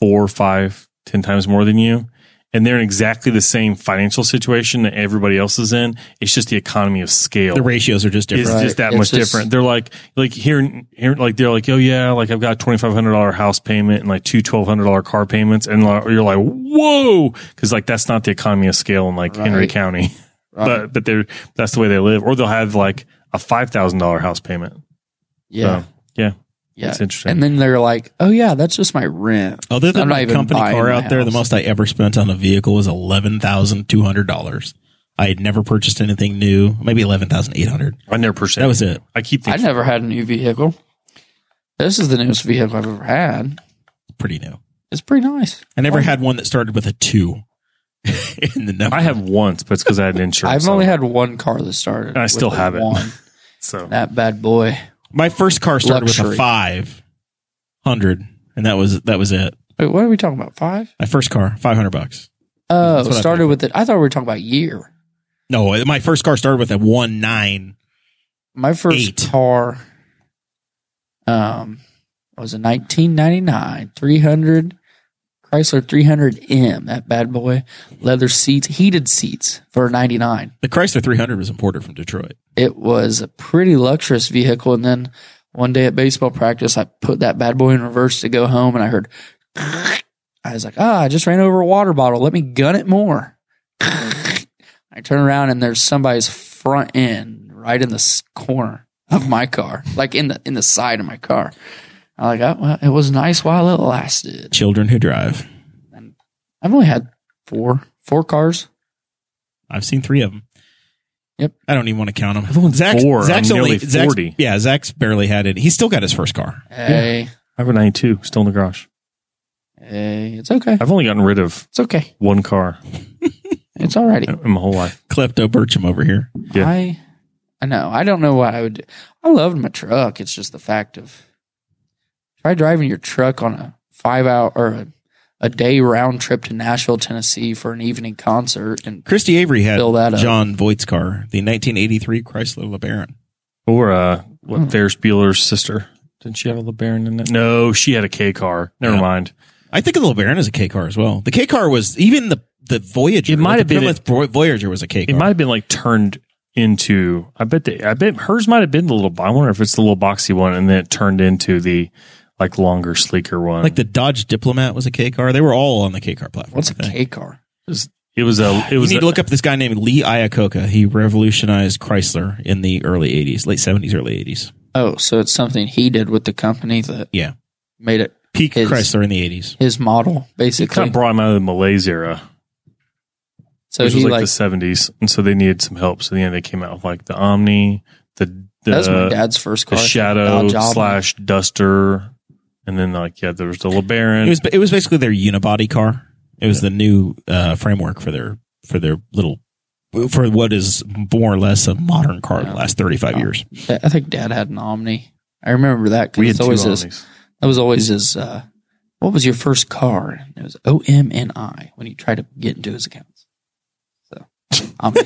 four five ten times more than you and they're in exactly the same financial situation that everybody else is in it's just the economy of scale
The ratios are just
it's
different.
just that
It's
much
just-
different. They're like, like here, here, like they're like, oh yeah, like I've got a twenty five hundred dollar house payment and like two twelve hundred dollar car payments, and like, you're like, whoa, because like that's not the economy of scale in like Henry
Right.
County, but but they're that's the way they live, or they'll have like a five thousand dollar house payment.
yeah
So, yeah,
Yeah.
It's Oh, interesting. Oh,
And then they're like, oh, yeah, that's just my rent.
Other than
I'm not
my
even
company
buying
car
the
out there, the
house.
most I ever spent on a vehicle was eleven thousand two hundred dollars. I had never purchased anything new, maybe eleven thousand eight hundred.
I never purchased.
That was it.
I keep
I
thinking.
never had a new vehicle. This is the newest vehicle I've ever had.
Pretty new.
It's pretty nice.
I never had one that started with a two in the number.
I have once, but it's because I had insurance.
I've only
on it.
had one car that started.
And I
with
still
the
have it.
One.
so
That bad boy.
my first car started with
Luxury.
a five hundred, and that was that was it.
Wait, what are we talking about? Five?
My first car, five hundred bucks.
Oh,
That's what I
started with it. I thought we were talking about year.
No, my first car started with a one nine.
My first
Eight.
car um, was a 1999 300 Chrysler 300M. That bad boy. Leather seats, heated seats for 99.
The Chrysler three hundred was imported from Detroit.
It was a pretty luxurious vehicle. And then one day at baseball practice, I put that bad boy in reverse to go home and I heard, I was like, ah, I just ran over a water bottle. Let me gun it more. I turn around and there's somebody's front end right in the s- corner of my car, like in the in the side of my car. I'm like, oh, well, it was nice while it lasted.
Children who drive.
I've only had four four cars.
I've seen three of them.
Yep.
I don't even want to count them. Zach's,
four. I'm
Zach's
nearly
only Zach's-
40.
yeah, Zach's barely had it. He still got his first car.
Hey,
I have a 92 still in the garage.
hey, it's okay.
I've only gotten rid of
It's okay.
one car
It's alrighty.
in my whole life.
Klepto Burcham over here.
Yeah.
I I know. I don't know what I would do. I loved my truck. It's just the fact of try driving your truck on a five hour or a, a day round trip to Nashville, Tennessee for an evening concert and
Christy Avery had
Fill that up.
John Voight's car, the 1983 Chrysler LeBaron.
Or uh, what
Hmm.
Ferris Bueller's sister. Didn't she have a LeBaron in that? No, she had a K car. Never
Yeah.
mind.
I think of the LeBaron as a K car as well. The K car was even the the Voyager.
It might
like
have
the
been
Plymouth Vo- Voyager was a K
It
car.
might have been like turned into. I bet they. I bet hers might have been the little. I wonder if it's the little boxy one, and then it turned into the like longer, sleeker one.
like the Dodge Diplomat was a K car. They were all on the K car platform.
what's a
I think.
K car?
it was a. It was
you
a,
need to look up this guy named Lee Iacocca. He revolutionized Chrysler in the early 80s, late 70s, early 80s.
Oh, so it's something he did with the company that
Yeah.
made it
Peak
His-
Chrysler in the 80s.
his model
It
basically.
kind of brought him out of the malaise era,
so
which
he
was
like,
like, the seventies, and so they needed some help. So in the end, they came out with like the Omni, the
that was my
the,
dad's first
uh, the
car.
Shadow
Dodge Omni.
slash Duster, and then like yeah, there was the LeBaron.
It was it was basically their unibody car. It was the new uh, framework for their for their little for what is more or less a modern car in the last 35 years.
I I think dad had an Omni. I remember that because
we had
it's
two
always his
Omnis.
That was always his. Uh, what was your first car? It was O M N I when he tried to get into his accounts. So, Omni.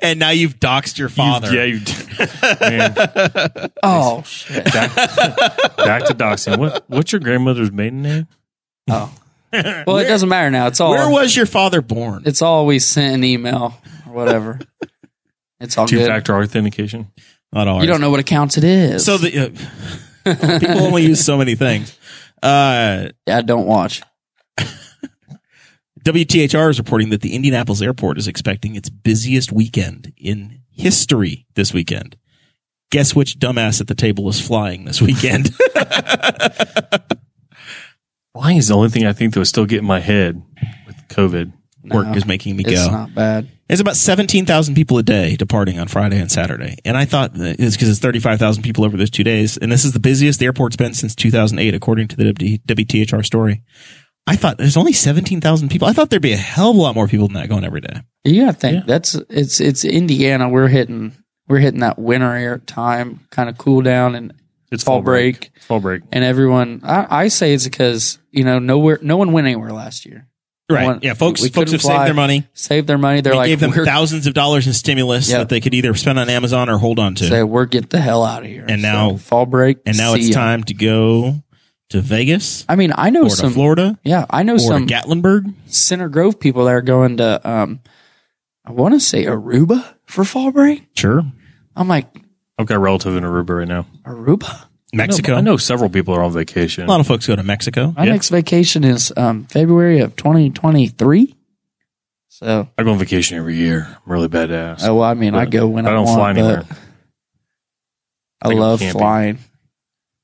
And now you've doxed your
You-
father.
yeah, you did. Man,
oh shit!
back to doxing. What what's your grandmother's maiden name?
Oh, well, it doesn't matter now. It's all.
Where was your father born?
it's all we sent an email or whatever. It's all
Two
good.
factor authentication.
Not all
You don't know what accounts it is.
So the uh, people only use so many things. Uh,
Dad don't watch.
WTHR is reporting that the Indianapolis airport is expecting its busiest weekend in history this weekend. Guess which dumbass at the table is flying this weekend?
Flying is the only thing I think that was still getting my head with COVID.
Work is making me
It's
go.
not bad.
It's about 17,000 people a day departing on Friday and Saturday. And I thought that it's because it's 35,000 people over those two days. And this is the busiest the airport's been since 2008, according to the W- WTHR story. I thought there's only 17,000 people. I thought there'd be a hell of a lot more people than that going every day.
Yeah, I think that's it's it's Indiana. We're hitting we're hitting that winter air time kind of cool down and
It's
Fall break.
It's Fall break.
and everyone I, I say it's because you know nowhere no one went anywhere last year
Right.
One-
yeah, folks,
we
folks
couldn't
have
fly.
saved their money.
saved their money they're
They
like
gave them
we're,
thousands of dollars in stimulus
Yeah.
that they could either spend on Amazon or hold on to.
say we're get the hell out of here
And
So,
now-
fall break
and now
see
it's
ya.
time to go to Vegas
i mean i know
or to
some
Florida
yeah i know
or
some
to Gatlinburg.
center grove people that are going to um i want to say aruba for fall break
Sure.
i'm like
I've got a relative in Aruba right now.
aruba
Mexico.
I know, I know several people are on vacation.
A lot of folks go to Mexico.
my
Yeah.
next vacation is um february of 2023 so
I go on vacation every year. I'm really badass.
oh well, i mean i go when
I
i,
don't
want,
fly
but
anywhere.
i
Like
love
camping.
flying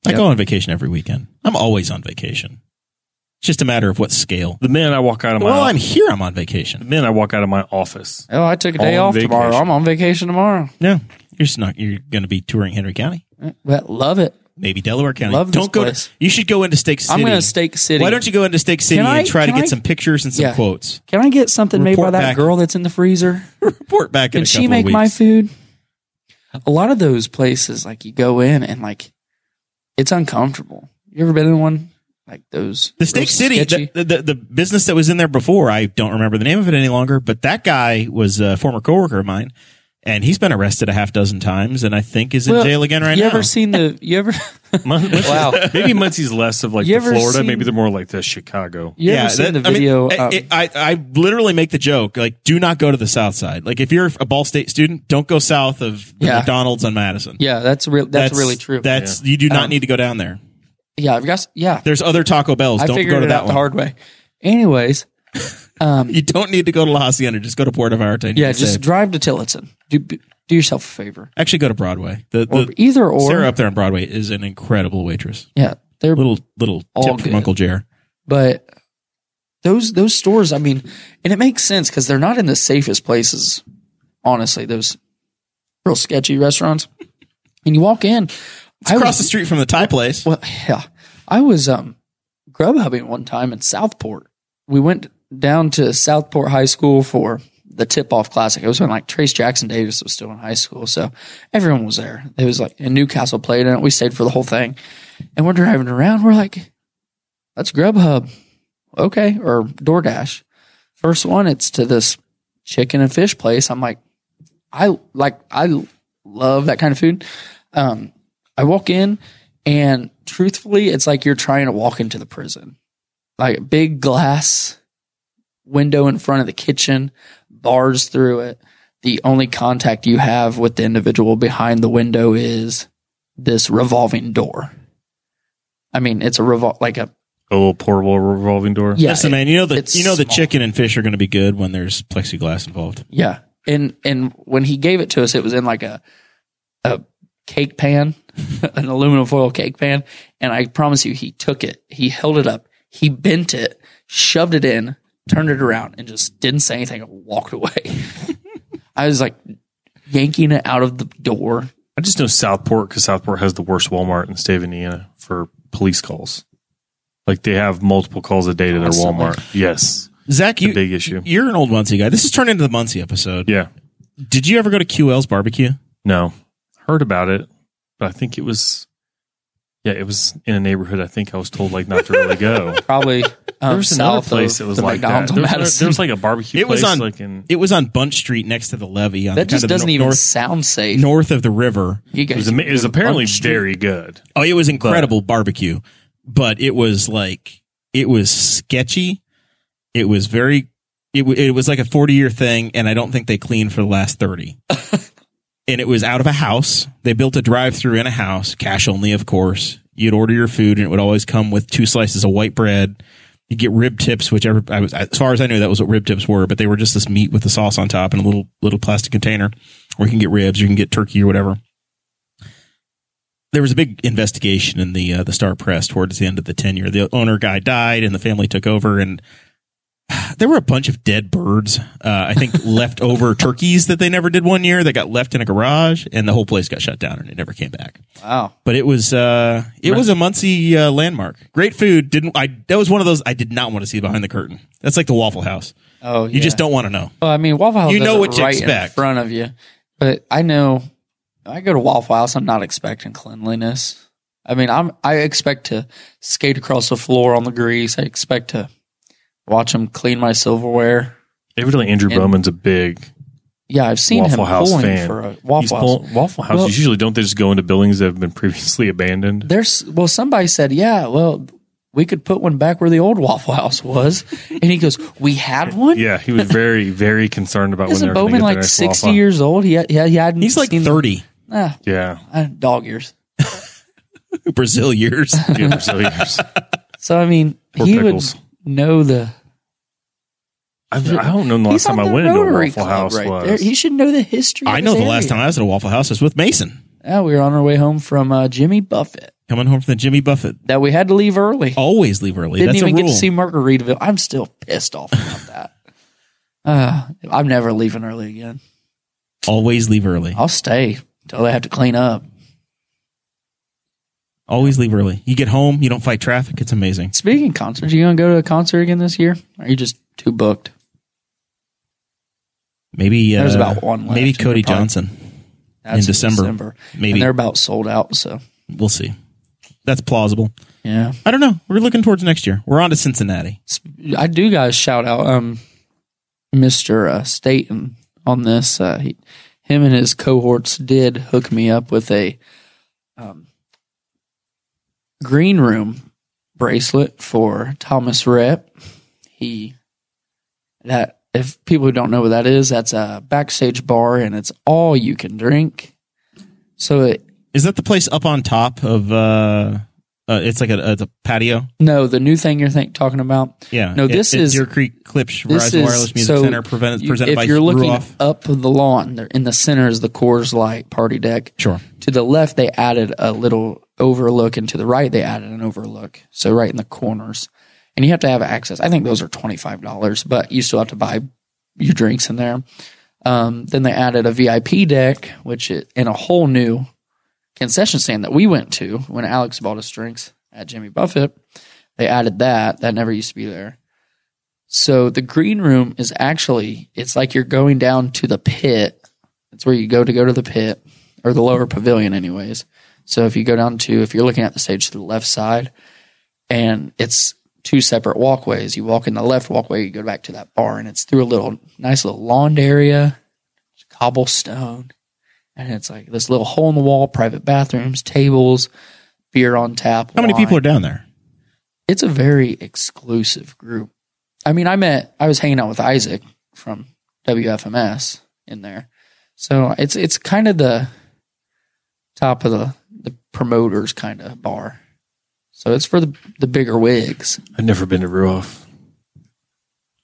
I
Yep.
go on vacation every weekend. I'm always on vacation. It's just a matter of what scale.
The minute I walk out of my
While I'm
office,
here, I'm on vacation.
the minute I walk out of my office,
Oh, I took a day
On
off tomorrow.
vacation.
I'm on vacation tomorrow.
No, you're just not. You're going to be touring Henry County,
Well, love it.
maybe Delaware County.
Love this
Don't go.
place.
To, you should go into Steak City.
I'm going to Steak City.
Why don't you go into Steak City
Can I-
and try to
can
get
I-
some pictures and some
Yeah.
quotes?
Can I get something made by
Report
that
back.
girl that's in the freezer?
Report back in
Can
a
she
couple
make
of
my
weeks.
food? A lot of those places, like you go in and like it's uncomfortable. You ever been in one like those?
The Steak
real
City,
sketchy-
the, the the business that was in there before, I don't remember the name of it any longer. But that guy was a former coworker of mine, and he's been arrested a half dozen times, and I think is in
Well,
jail again right
you
now.
ever seen the? You ever?
Mun-
Wow.
maybe Muncie's less of like
You
the
ever
Florida,
seen-
maybe they're more like the Chicago.
You ever seen
that-
the video?
I, mean,
um,
it- I, I literally make the joke like, do not go to the South Side. Like, if you're a Ball State student, don't go south of the
Yeah.
McDonald's on Madison.
yeah, that's real. That's, really true. Um,
That's you do not need to go down there.
yeah, I've got. Yeah,
There's other Taco Bells.
I
don't
figured
go to
it
that
out
one.
the hard way. Anyways,
you don't need to go to La Hacienda. Just go to Puerto Vallarta. and
yeah,
you're
just
safe.
drive to Tillotson. Do do yourself a favor.
actually go to Broadway. The,
Or
the
either or.
Sarah up there on Broadway is an incredible waitress.
Yeah, they're
Little little
All
tip
good.
from Uncle Jer.
but those those stores i mean and it makes sense because they're not in the safest places honestly those real sketchy restaurants and you walk in
It's across the street from the Thai place.
well yeah i was um grub hubbing one time in southport we went down to southport high school for the tip off classic it was when like trace jackson davis was still in high school so everyone was there it was like in newcastle played in it we stayed for the whole thing and we're driving around we're like that's grubhub okay, or DoorDash. First one, it's to this chicken and fish place. I'm like, I like, I love that kind of food. Um, I walk in, and truthfully, it's like you're trying to walk into the prison. Like a big glass window in front of the kitchen, bars through it. The only contact you have with the individual behind the window is this revolving door. I mean, it's a revol like a
A little Oh, portable revolving door.
yeah.
Listen, man, you know the
it's
you know the
small.
chicken and fish are going to be good when there's plexiglass involved.
Yeah. And and when he gave it to us, it was in like a a cake pan, an aluminum foil cake pan. And I promise you, he took it, he held it up, he bent it, shoved it in, turned it around, and just didn't say anything and walked away. I was like yanking it out of the door.
I just know Southport because Southport has the worst Walmart in the state of Indiana for police calls. Like they have multiple calls a day to their
Constantly.
Walmart. Yes.
Zach, you
big issue.
You're an old Muncie guy. This has turned into the Muncie episode.
Yeah.
Did you ever go to QL's barbecue?
No. Heard about it, but I think it was. Yeah, it was in a neighborhood. I think I was told like not to really go.
Probably um,
There was another
south
place
of
that was
the
like that.
McDonald's
There
on
was, another-
Madison.
there was like a barbecue.
It was
place,
on-
like in
It was on Bunch Street next to the levee. On
that
kind
just
of the
doesn't
nor-
even
north-
sound safe.
north of the river.
you
It
guys,
was, ama- it was apparently
Bunch Street.
very good.
Oh, it was incredible barbecue, but it was like it was sketchy. It was very. It, w- it was like a forty year thing, and I don't think they cleaned for the last thirty. and it was out of a house. They built a drive through in a house, cash only, of course. You'd order your food, and it would always come with two slices of white bread. You get rib tips, whichever I was, as far as I knew, that was what rib tips were. But they were just this meat with the sauce on top in a little little plastic container, or you can get ribs, you can get turkey or whatever there was a big investigation in the uh, the Star Press towards the end of the tenure. The owner guy died, and the family took over, and there were a bunch of dead birds. Uh, I think leftover turkeys that they never did one year that got left in a garage, and the whole place got shut down, and it never came back.
wow.
But it was uh, it was a Muncie uh, landmark. Great food. Didn't I? That was one of those I did not want to see behind the curtain. That's like the Waffle House.
Oh,
You just don't want to know.
Well, I mean, Waffle House
You know
does it
what you
right in
expect.
front of you, but I know I go to Waffle House. I'm not expecting cleanliness. I mean, I'm I expect to skate across the floor on the grease. I expect to watch him clean my silverware.
Evidently, Andrew
And-
Bowman's a big
Yeah, I've seen
Waffle
him
House
pulling
fan.
for a Waffle
He's
House.
pull- Waffle Houses
Well-
usually don't they just go into buildings that have been previously abandoned?
There's well, somebody said, yeah, well, we could put one back where the old Waffle House was, and he goes, we had one.
Yeah, he was very, very concerned about when
Isn't
they're going to
Bowman
get
like
their next
sixty
Waffle.
years old? He had, yeah, he hadn't.
He's like
seen-
thirty
Ah,
Yeah,
uh, dog years.
Brazil years.
yeah, so years.
So I mean,
Poor
he
pickles.
would know the.
I, I don't know the last
He's
time
on
I
the
went into a
Rotary
Waffle
Club
House
right
was.
there. He should know the history.
I know the last time I was at a Waffle House was with Mason.
Yeah, we were on our way home from uh, Jimmy Buffett.
Coming home from the Jimmy Buffett.
that we had to leave early.
Always leave early.
Didn't
Oh, That's
even
a
get
rule.
to see Margaritaville. I'm still pissed off about that. Uh, I'm never leaving early again.
Always leave early.
I'll stay until they have to clean up.
Always leave early. You get home, you don't fight traffic. It's amazing.
Speaking of concerts, you gonna go to a concert again this year? Or are you just too booked?
Maybe uh,
There's about one left.
Maybe Cody
Probably-
Johnson. In December, maybe.
and they're about sold out. So
We'll see. That's plausible.
yeah,
I don't know. We're looking towards next year. We're on to Cincinnati.
I do guys shout out um Mr. Uh, Staten on this. Uh, he, him and his cohorts did hook me up with a um, green room bracelet for Thomas Rep. He that if people who don't know what that is, that's a backstage bar and it's all you can drink. So it
Is that the place up on top of? uh, uh It's like a, it's a patio.
no, the new thing you're think talking about
Yeah.
No,
It-
this
it's
is-
Deer Creek Klipsch
this
Verizon
is-
Wireless Music
so
Center prevented,
you-
presented
if
by
you're looking
Ruoff.
up the lawn, there in the center is the Coors Light party deck.
Sure.
To the left, they added a little overlook, and to the right, they added an overlook. So right in the corners, and you have to have access. I think those are twenty five dollars, but you still have to buy your drinks in there. Um, then they added a VIP deck, which it, and a whole new concession stand that we went to when Alex bought us drinks at Jimmy Buffett. They added that that never used to be there. So the green room is actually it's like you're going down to the pit. It's where you go to go to the pit or the lower pavilion anyways. So if you go down to if you're looking at the stage to the left side and it's two separate walkways. You walk in the left walkway, you go back to that bar and it's through a little nice little lawned area, it's cobblestone. And it's like this little hole in the wall, private bathrooms, tables, beer on tap.
How many
wine
people are down there?
it's a very exclusive group. I mean, I met, I was hanging out with Isaac from WFMS in there, so it's it's kind of the top of the the promoters kind of bar. So it's for the the bigger wigs.
I've never been to Ruoff.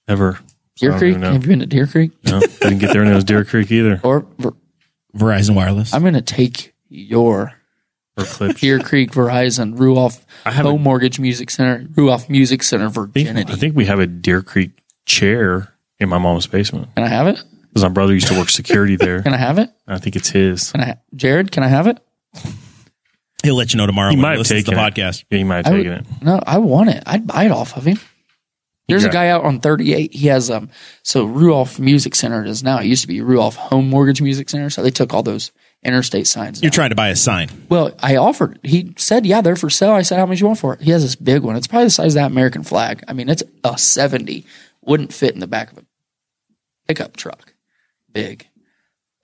Ever. So I
Deer
don't
Creek,
even know.
have you been to Deer Creek?
No, didn't get there and it was Deer Creek either.
Or
Verizon Wireless.
I'm gonna take your
Or Klipsch.
Deer Creek Verizon Ruoff
I have
Home
a,
Mortgage Music Center Ruoff Music Center
I think,
virginity.
I think we have a Deer Creek chair in my mom's basement
Can I have it?
because my brother used to work security there.
Can I have it?
I think it's his.
Can I, ha- Jared? Can I have it?
He'll let you know tomorrow
He
when
might
he
have
listens to the
taken it.
podcast.
Yeah, you might have
I
taken it.
No, I want it. I'd buy it off of him. There's a
Yeah.
guy out on 38. He has um. So Rudolph Music Center it is now. It used to be Rudolph Home Mortgage Music Center. So they took all those interstate signs.
You're
down.
trying to buy a sign.
well, I offered. He said, "Yeah, they're for sale." I said, "How much you want for it?" He has this big one. It's probably the size of that American flag. I mean, it's a 70. Wouldn't fit in the back of a pickup truck. Big.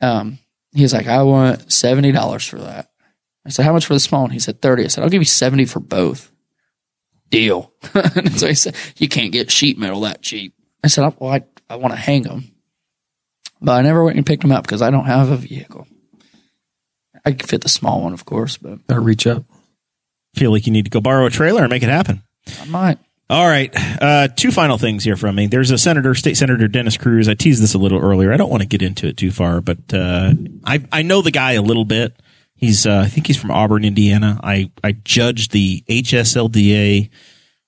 Um. He's like, "I want seventy dollars for that." I said, "How much for the small one?" He said, 30 I said, "I'll give you seventy for both." deal. and so he said, you can't get sheet metal that cheap. I said, I- well, I, I want to hang them, but I never went and picked them up because I don't have a vehicle. I could fit the small one, of course, but
Gotta reach up.
Feel like you need to go borrow a trailer and make it happen.
I might.
All right. Uh, two final things here from me. There's a senator, state senator Dennis Cruz. I teased this a little earlier. I don't want to get into it too far, but uh, I I know the guy a little bit. He's uh, I think he's from Auburn, Indiana. I I judged the HSLDA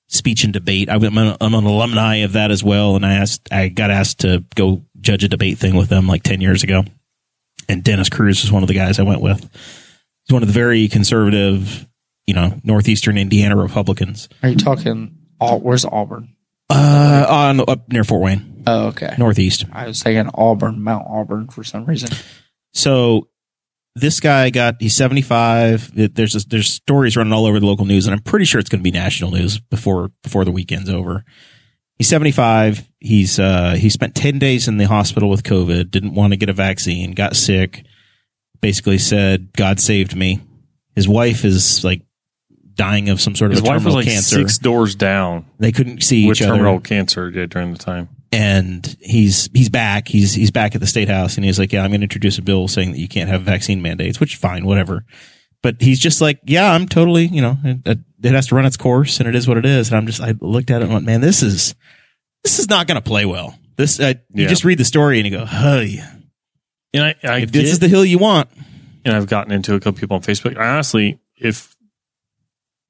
speech and debate. I, am an, I'm an alumni of that as well, and I asked I got asked to go judge a debate thing with them like ten years ago. And Dennis Cruz was one of the guys I went with. He's one of the very conservative, you know, northeastern Indiana Republicans.
Are you talking, Au- where's Auburn?
Uh, on up near Fort Wayne,
Oh, okay.
northeast.
I was saying Auburn, Mount Auburn for some reason.
So this guy got he's seventy five. There's this, there's stories running all over the local news, and I'm pretty sure it's going to be national news before before the weekend's over. He's seventy five. He's uh he spent ten days in the hospital with COVID. Didn't want to get a vaccine. Got sick. Basically said, "God saved me." His wife is like dying of some sort of
His
a
wife was
terminal
like
cancer.
six doors down
they couldn't see
with
each other.
terminal cancer yeah, during the time.
and he's he's back. He's he's back at the state house, and he's like, "Yeah, I'm going to introduce a bill saying that you can't have vaccine mandates." Which fine, whatever. But he's just like, "Yeah, I'm totally, you know, it, it has to run its course, and it is what it is." And I'm just, I looked at it and went, "Man, this is this is not going to play well." This I, you
Yeah.
just read the story and you go, "Hey,
And I, I
if
get-
this is the hill you want."
and I've gotten into a couple people on Facebook. I honestly, if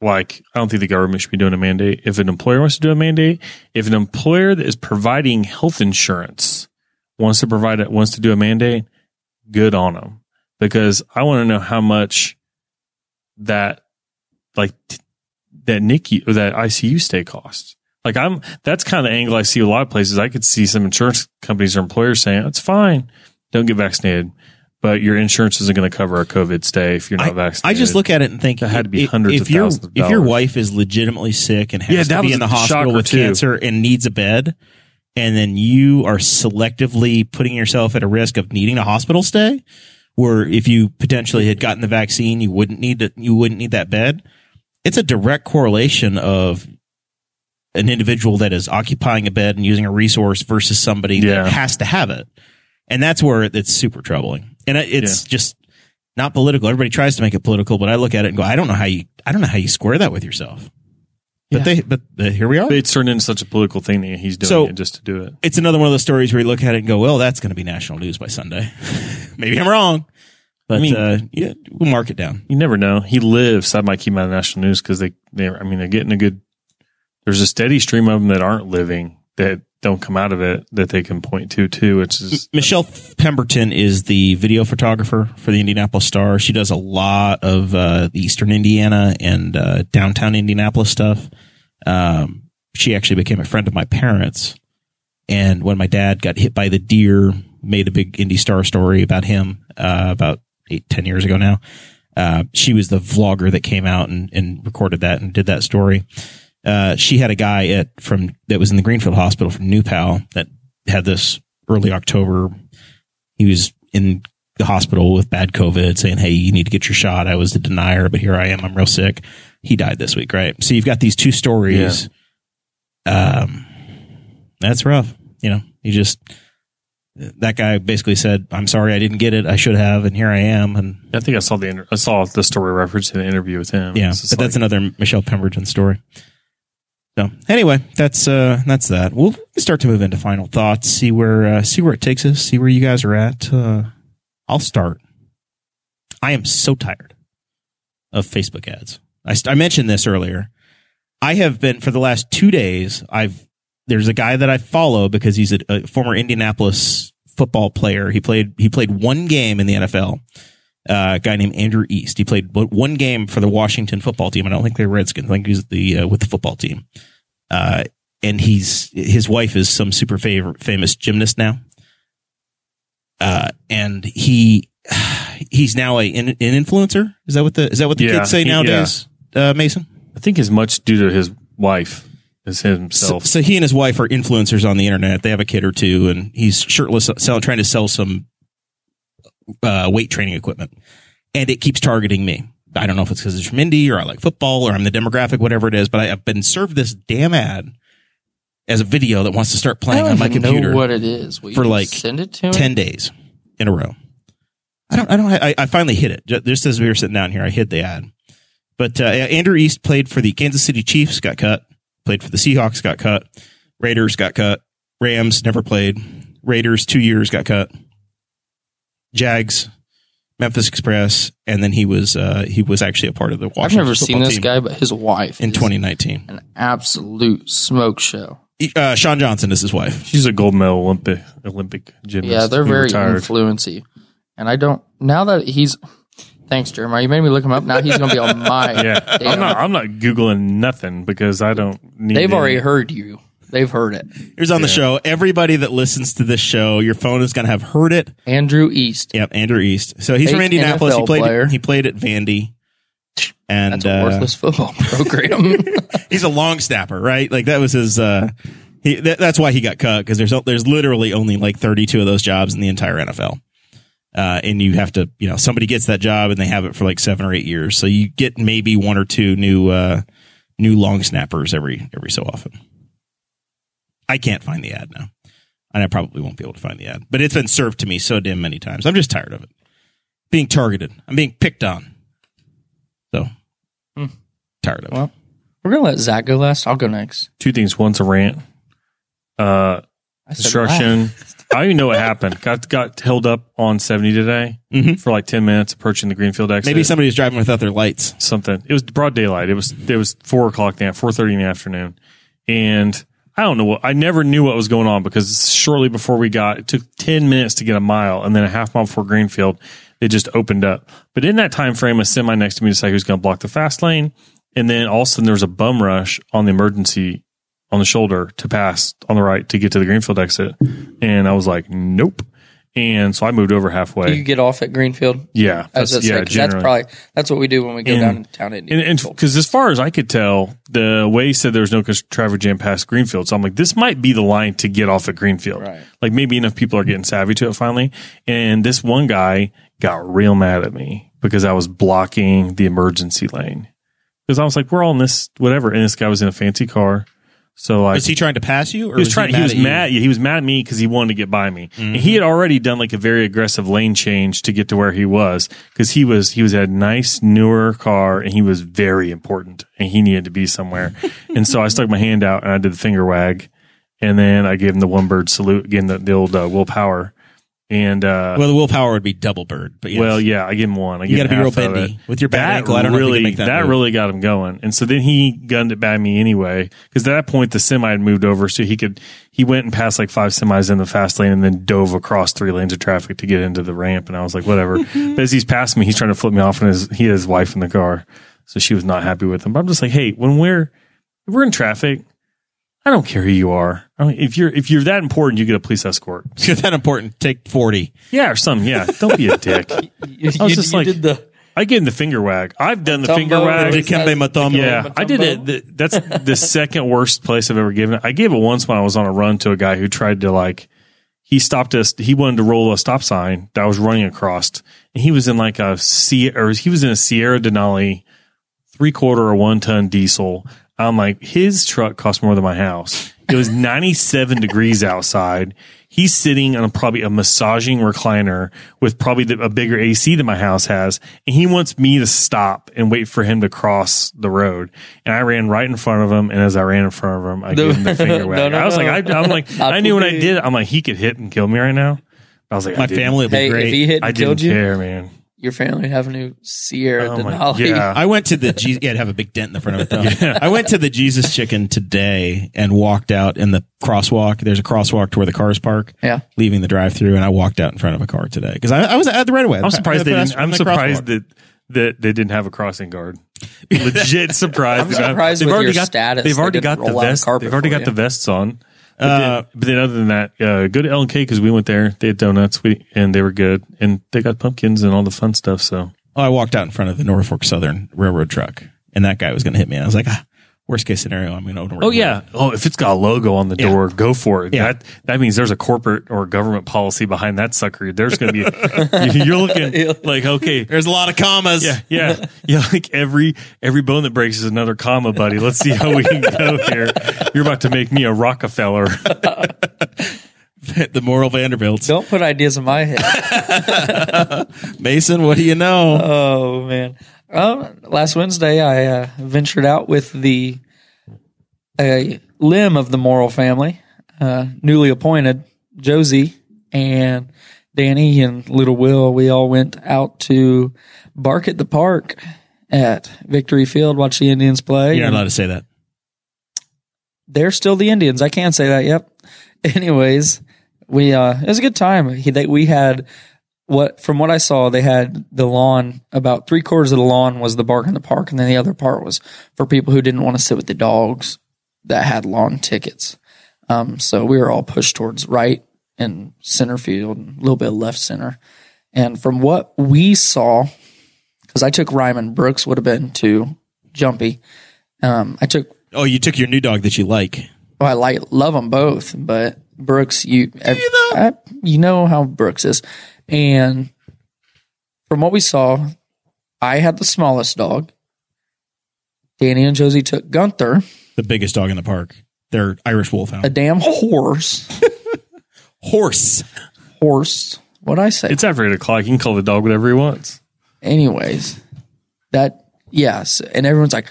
like I don't think the government should be doing a mandate. If an employer wants to do a mandate, if an employer that is providing health insurance wants to provide it, wants to do a mandate, good on them because I want to know how much that like t- that NICU or that ICU stay costs. Like I'm that's kind of the angle I see a lot of places. I could see some insurance companies or employers saying it's fine, don't get vaccinated, but your insurance isn't going to cover a COVID stay if you're not
I
vaccinated.
just look at it and think
That had to be
if-
hundreds
if
of
your-
thousands of
If your
dollars.
wife is legitimately sick and has
Yeah, that
to be
was
in the
a
hospital
shocker,
with
too.
cancer and needs a bed, and then you are selectively putting yourself at a risk of needing a hospital stay, where if you potentially had gotten the vaccine, you wouldn't need to, you wouldn't need that bed. It's a direct correlation of an individual that is occupying a bed and using a resource versus somebody
Yeah.
that has to have it. And that's where it- it's super troubling. And it- it's just not political. Everybody tries to make it political, but I look at it and go, I don't know how you, I don't know how you square that with yourself. But they, but uh, here we are.
it's turned into such a political thing that he's doing
So-
it just to do it.
It's another one of those stories where you look at it and go, well, that's going to be national news by Sunday. Maybe I'm wrong, but
I mean-
uh, yeah, we'll mark it down.
You never know. He lives. That might keep him out of national news because they, they, I mean, they're getting a good. There's a steady stream of them that aren't living that don't come out of it that they can point to too, which is
Michelle Pemberton is the video photographer for the Indianapolis Star. She does a lot of uh, the Eastern Indiana and uh, downtown Indianapolis stuff. Um, she actually became a friend of my parents, and when my dad got hit by the deer, made a big Indy Star story about him uh, about eight ten years ago now. Uh, she was the vlogger that came out and, and recorded that and did that story. Uh, she had a guy at from that was in the Greenfield Hospital from New Pal that had this early October. He was in the hospital with bad COVID, saying, "Hey, you need to get your shot." I was the denier, but here I am. I'm real sick. He died this week, right? So you've got these two stories. Um, that's rough. You know, you just that guy basically said, "I'm sorry, I didn't get it. I should have, and here I am." And
I think I saw the inter- I saw the story reference in the interview with him.
yeah,
It's just
but that's
like-
another Michelle Pemberton story. So anyway, that's uh, that's that. We'll start to move into final thoughts. See where uh, see where it takes us. See where you guys are at. Uh, I'll start. I am so tired of Facebook ads. I, st- I mentioned this earlier. I have been for the last two days. I've there's a guy that I follow because he's a, a former Indianapolis football player. He played he played one game in the NFL uh, a guy named Andrew East. He played but one game for the Washington football team. I don't think they're Redskins. I think he's the uh, with the football team. Uh, and he's his wife is some super fav- famous gymnast now. Uh, and he he's now a an, an influencer. Is that what the is that what the
Yeah,
kids say
he-
nowadays? Uh, Mason.
I think as much due to his wife as
So,
himself.
so he and his wife are influencers on the internet. They have a kid or two, and he's shirtless, sell, trying to sell some uh, weight training equipment. And it keeps targeting me. I don't know if it's because it's from Indy or I like football or I'm the demographic, whatever it is. But I, have been served this damn ad as a video that wants to start
I
playing
don't
on my
even
computer
know what it is. Will
for,
you
like,
send it to me?
ten days in a row. I don't. I don't. I, I finally hit it. Ju- Just as we were sitting down here, I hit the ad. But uh, Andrew East played for the Kansas City Chiefs, got cut. Played for the Seahawks, got cut. Raiders got cut. Rams never played. Raiders two years got cut. Jags, Memphis Express, and then he was uh, he was actually a part of the
I've
Washington.
never seen
football
this
team
guy, but his wife
in
is
2019.
an absolute smoke show.
Uh, Sean Johnson is his wife.
She's a gold medal Olympic Olympic gymnast.
Yeah, they're
He
very
retired.
influency. And I don't now that he's thanks, Jeremiah. You made me look him up. Now he's gonna be on my
Yeah, I'm
damn-
not. I'm not googling nothing because I don't need.
They've
any-
already heard you. They've heard it.
Here's on the show. Everybody that listens to this show, your phone is going to have heard it.
Andrew East.
Yep, Andrew East. So he's from
Fake
Indianapolis. he
NFL
played.
player.
He played at Vandy, and
That's a
uh,
worthless football program.
he's a long snapper, right? Like that was his. Uh, he, that, that's why he got cut because there's there's literally only like 32 of those jobs in the entire NFL, uh, and you have to you know somebody gets that job and they have it for like seven or eight years, so you get maybe one or two new uh, new long snappers every every so often. I can't find the ad now, and I probably won't be able to find the ad, but it's been served to me so damn many times. I'm just tired of it being targeted. I'm being picked on, so tired of it.
Well, We're gonna let Zach go last. I'll go next.
two things. One's a rant. Uh,
I said
construction I even know what happened. Got got held up on 70 today
Mm-hmm.
for like 10 minutes approaching the Greenfield exit.
Maybe somebody was driving without their lights.
something. It was broad daylight. It was it was four o'clock now, four thirty in the afternoon, and I don't know what I never knew what was going on because shortly before we got, it took ten minutes to get a mile, and then a half mile before Greenfield, it just opened up. But in that time frame, a semi next to me decided he was going to block the fast lane, and then all of a sudden there was a bum rush on the emergency on the shoulder to pass on the right to get to the Greenfield exit, and I was like, nope. And so I moved over halfway.
You get off at Greenfield.
yeah,
I was
that's-
gonna say, 'cause that's
generally.
probably that's what we do when we go
And-
down to town. Indian.
And and because as far as I could tell, the way he said there was no cons- traffic jam past Greenfield, so I'm like, this might be the line to get off at Greenfield.
Right.
Like maybe enough people are getting savvy to it finally. And this one guy got real mad at me because I was blocking the emergency lane because I was like, we're all in this whatever, and this guy was in a fancy car, so like
Was he trying to pass you? Or
he was, trying. He,
mad
was
at you? Mm-hmm.
mad. Yeah, he was mad at me because he wanted to get by me. And he had already done like a very aggressive lane change to get to where he was because he was he was at a nice newer car and he was very important and he needed to be somewhere. and so I stuck my hand out and I did the finger wag, and then I gave him the one bird salute, gave him the, the old uh, willpower, and uh,
Well, the willpower would be double bird, but yes.
well, yeah, I give him one. I
you
give
got to be
him
real
half of
bendy
it.
with your bad
That
ankle. I don't know if you
really,
can make that,
that,
move.
really got him going, and so then he gunned it by me anyway. Because at that point, the semi had moved over, so he could he went and passed like five semis in the fast lane, and then dove across three lanes of traffic to get into the ramp. And I was like, whatever. but as he's passing me, he's trying to flip me off, and his he had his wife in the car, so she was not happy with him. But I'm just like, hey, when we're if we're in traffic, I don't care who you are. I mean, if you're if you're that important, you get a police escort.
If you're that important, take 40.
Yeah, or something. Yeah, don't be a dick.
you,
I was
you-
just
you
like-
did the
I gave him the finger wag. I've done the
Matumbo
finger
is-
wag.
Dikembe Mutombo.
Yeah, I did it. th- That's the second worst place I've ever given it. I gave it once when I was on a run to a guy who tried to like. He stopped us. He wanted to roll a stop sign that I was running across, and he was in like a C or he was in a Sierra Denali three quarter or one ton diesel. I'm like, his truck cost more than my house. It was 97 degrees outside. He's sitting on probably a massaging recliner with probably the, a bigger AC than my house has. And he wants me to stop and wait for him to cross the road. And I ran right in front of him. And as I ran in front of him, I gave him the finger
No,
wag.
no,
I was
no.
like, I, I'm like,
Not
I knew when I
today.
did, it, I'm like, he could hit and kill me right now. I was like,
My
I didn't-
family would be
hey.
great.
If he hit and
I
killed
didn't
you,
care, man.
your family would have a new Sierra
Oh my-
Denali.
yeah.
I went to the Jesus. Yeah, it'd have a big dent in the front of it. Though. I went to the Jesus Chicken today and walked out in the crosswalk. There's a crosswalk to where the cars park.
Yeah.
leaving the drive-through, and I walked out in front of a car today because I, I was at the right of way.
I'm surprised they didn't, I'm surprised
that
that that they didn't have a crossing guard. Legit surprised.
I'm surprised
They've
with
already
your
got,
status,
They've
they
already
didn't
got the
roll out a
vest.
carpet
They've already
for
got
you.
the vests on. But, then, but then, other than that, uh, go to L and K because we went there. They had donuts, we, and they were good, and they got pumpkins and all the fun stuff. So
Oh, I walked out in front of the Norfolk Southern Railroad truck, and that guy was going to hit me. I was like, ah, worst case scenario, I'm going to open.
Oh yeah. Oh, if it's got a logo on the door, go for it.
Yeah.
That that means there's a corporate or government policy behind that sucker. There's going to be you're looking like okay.
There's a lot of commas.
Yeah, yeah, yeah. Like every every bone that breaks is another comma, buddy. Let's see how we can go here. You're about to make me a Rockefeller.
the moral Vanderbilts.
Don't put ideas in my head.
Mason, what do you know?
Oh man! Um, last Wednesday, I uh, ventured out with the a limb of the Morrill family, uh, newly appointed Josie and Danny and Little Will. We all went out to bark at the park at Victory Field, watch the Indians play.
You're
And
not allowed to say that.
they're still the Indians. I can say that. Yep. Anyways, we uh, it was a good time. He, they, we had what from what I saw, they had the lawn about three quarters of the lawn was the bark in the park, and then the other part was for people who didn't want to sit with the dogs that had lawn tickets. Um, so we were all pushed towards right and center field, a little bit of left center. And from what we saw, because I took Ryman Brooks would have been too jumpy. Um, I took
Oh, you took your new dog that you like.
well, I like love them both, but Brooks, you you, I, you know how Brooks is, and from what we saw, I had the smallest dog. Danny and Josie took Gunther,
The biggest dog in the park. They're Irish
a
Wolfhound.
damn horse.
horse.
Horse. What I say?
it's after eight o'clock. You can call the dog whatever he wants.
Anyways, that yes, and everyone's like,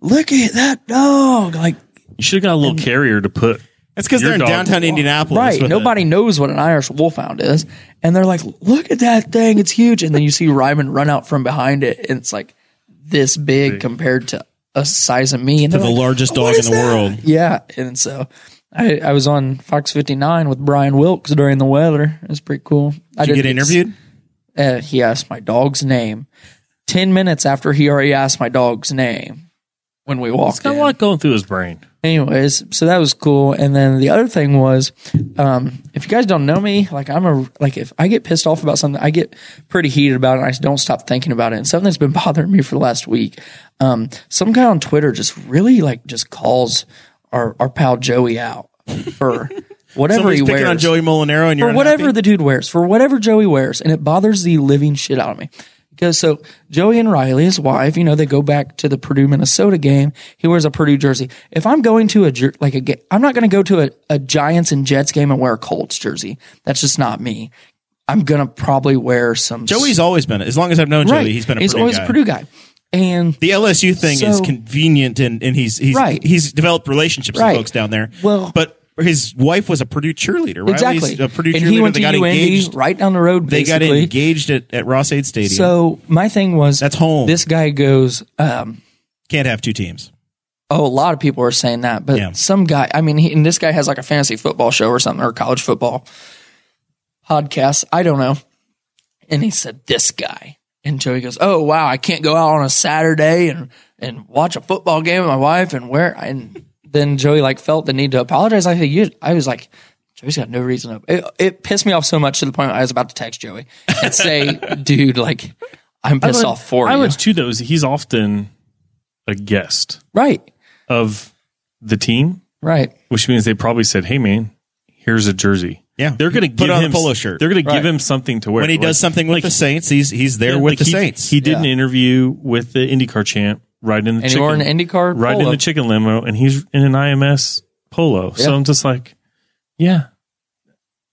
"Look at that dog!" Like
You should have got a little carrier to put
That's because
Your
they're in
dog-
downtown Indianapolis.
Right.
with a-
Nobody knows what an Irish wolfhound is. And they're like, look at that thing. It's huge. And then you see Ryman run out from behind it. And it's like this big compared to a size of me. And
To
they're
the
like,
largest
"What
dog in
is
the world."
Yeah. And so I, I was on Fox 59 with Brian Wilkes during the weather. It was pretty cool. I
Did you get
didn't-
interviewed?
Uh, he asked my dog's name. 10 minutes after he already asked my dog's name when we walked
It's got
in
a lot going through his brain.
anyways so that was cool and then the other thing was um, if you guys don't know me like i'm a like if i get pissed off about something i get pretty heated about it and i just don't stop thinking about it and something that's been bothering me for the last week um, some guy on twitter just really like just calls our, our pal joey out for whatever
Somebody's
he
picking
wears
on Joey Molinaro and you're
for whatever
unhappy?
the dude wears, for whatever Joey wears, and it bothers the living shit out of me. Because so Joey and Riley, his wife, you know, they go back to the Purdue Minnesota game. He wears a Purdue jersey. If I'm going to a jer- like a ga- I'm not going to go to a, a Giants and Jets game and wear a Colts jersey. That's just not me. I'm gonna probably wear some.
Joey's always been as long as I've known Joey, he's been a
he's
Purdue
always
guy.
a Purdue guy, and
the LSU thing is
So-
convenient, and, and he's he's
Right.
he's developed relationships
Right.
with folks down there.
Well-
but his wife was a Purdue cheerleader, right?
exactly.
a Purdue
and
cheerleader.
he went
they
to
got
UND
engaged.
right down the road.
They got
basically.
engaged at, at Ross Aid Stadium.
So my thing was
That's home.
This guy goes. um
Can't have two teams.
Oh, a lot of people are saying that, but
Yeah.
some guy, I mean, he, and this guy has like a fantasy football show or something or college football podcast. I don't know. And he said, this guy. And Joey goes, oh, wow, I can't go out on a Saturday and, and watch a football game with my wife and where, and then Joey like felt the need to apologize. I said, you, I was like, Joey's got no reason to, it, it pissed me off so much to the point I was about to text Joey and say, dude, like, I'm pissed off for
I
you.
was too, though. is He's often a guest
right.
of the team,
Right.
which means they probably said, "Hey, man, here's a jersey."
Yeah.
they're going to
Put
give
on a
him
polo shirt.
They're going to
Right.
give him something to wear
When he
Like-
does something with the Saints, he's he's there with
like
the
he,
Saints.
He did an
Yeah.
interview with the IndyCar champ, riding in the
And he
chicken,
wore an IndyCar
riding in
polo.
the chicken limo, and he's in an IMS polo. So
Yeah.
I'm just like, yeah,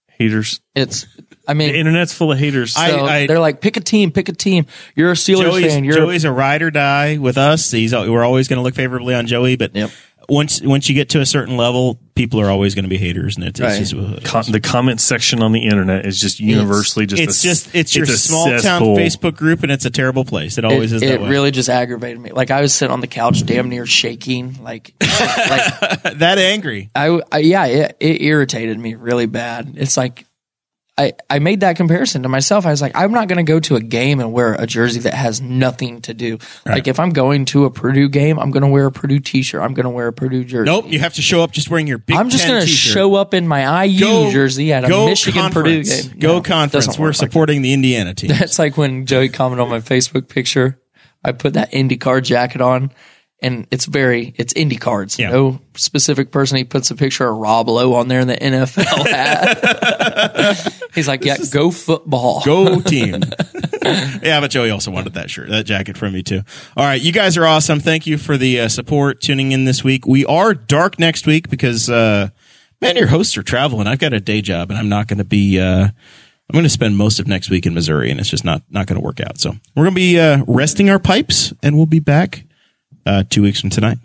haters.
It's, I mean,
The internet's full of haters.
I-
So they're like, pick a team, pick a team. You're a Steelers
Joey's,
fan. You're
Joey's a ride or die with us. He's al- we're always going to look favorably on Joey, but
Yep.
once once you get to a certain level, people are always going to be haters, and it's,
Right.
it's just
Co- the comment section on the internet is just universally just
it's
a-
just it's your
a
small town
cesspool.
Facebook group, and it's a terrible place. It always
it,
is.
it
that way.
really just aggravated me. Like I was sitting on the couch, damn near shaking. Like, like
that angry.
I, I yeah, it, it irritated me really bad. It's like I, I made that comparison to myself. I was like, I'm not going to go to a game and wear a jersey that has nothing to do. Like if I'm going to a Purdue game, I'm going to wear a Purdue T-shirt. I'm going to wear a Purdue jersey.
Nope, you have to show up just wearing your big.
I'm just
going to
show up in my IU jersey at a Michigan Purdue game.
Go
No, it
conference.
doesn't
We're
work like
supporting the Indiana team.
It's like when Joey commented on my Facebook picture. I put that IndyCar jacket on, and it's very it's IndyCar. It's
Yeah.
no specific person. He puts a picture of Rob Lowe on there in the NFL hat. He's like, yeah, go football.
Go team. yeah, but Joey also wanted that shirt, that jacket from me too. All right, you guys are awesome. Thank you for the uh, support tuning in this week. We are dark next week because uh, man, your hosts are traveling. I've got a day job, and I'm not going to be. Uh, I'm going to spend most of next week in Missouri, and it's just not not going to work out. So we're going to be uh, resting our pipes, and we'll be back uh, two weeks from tonight.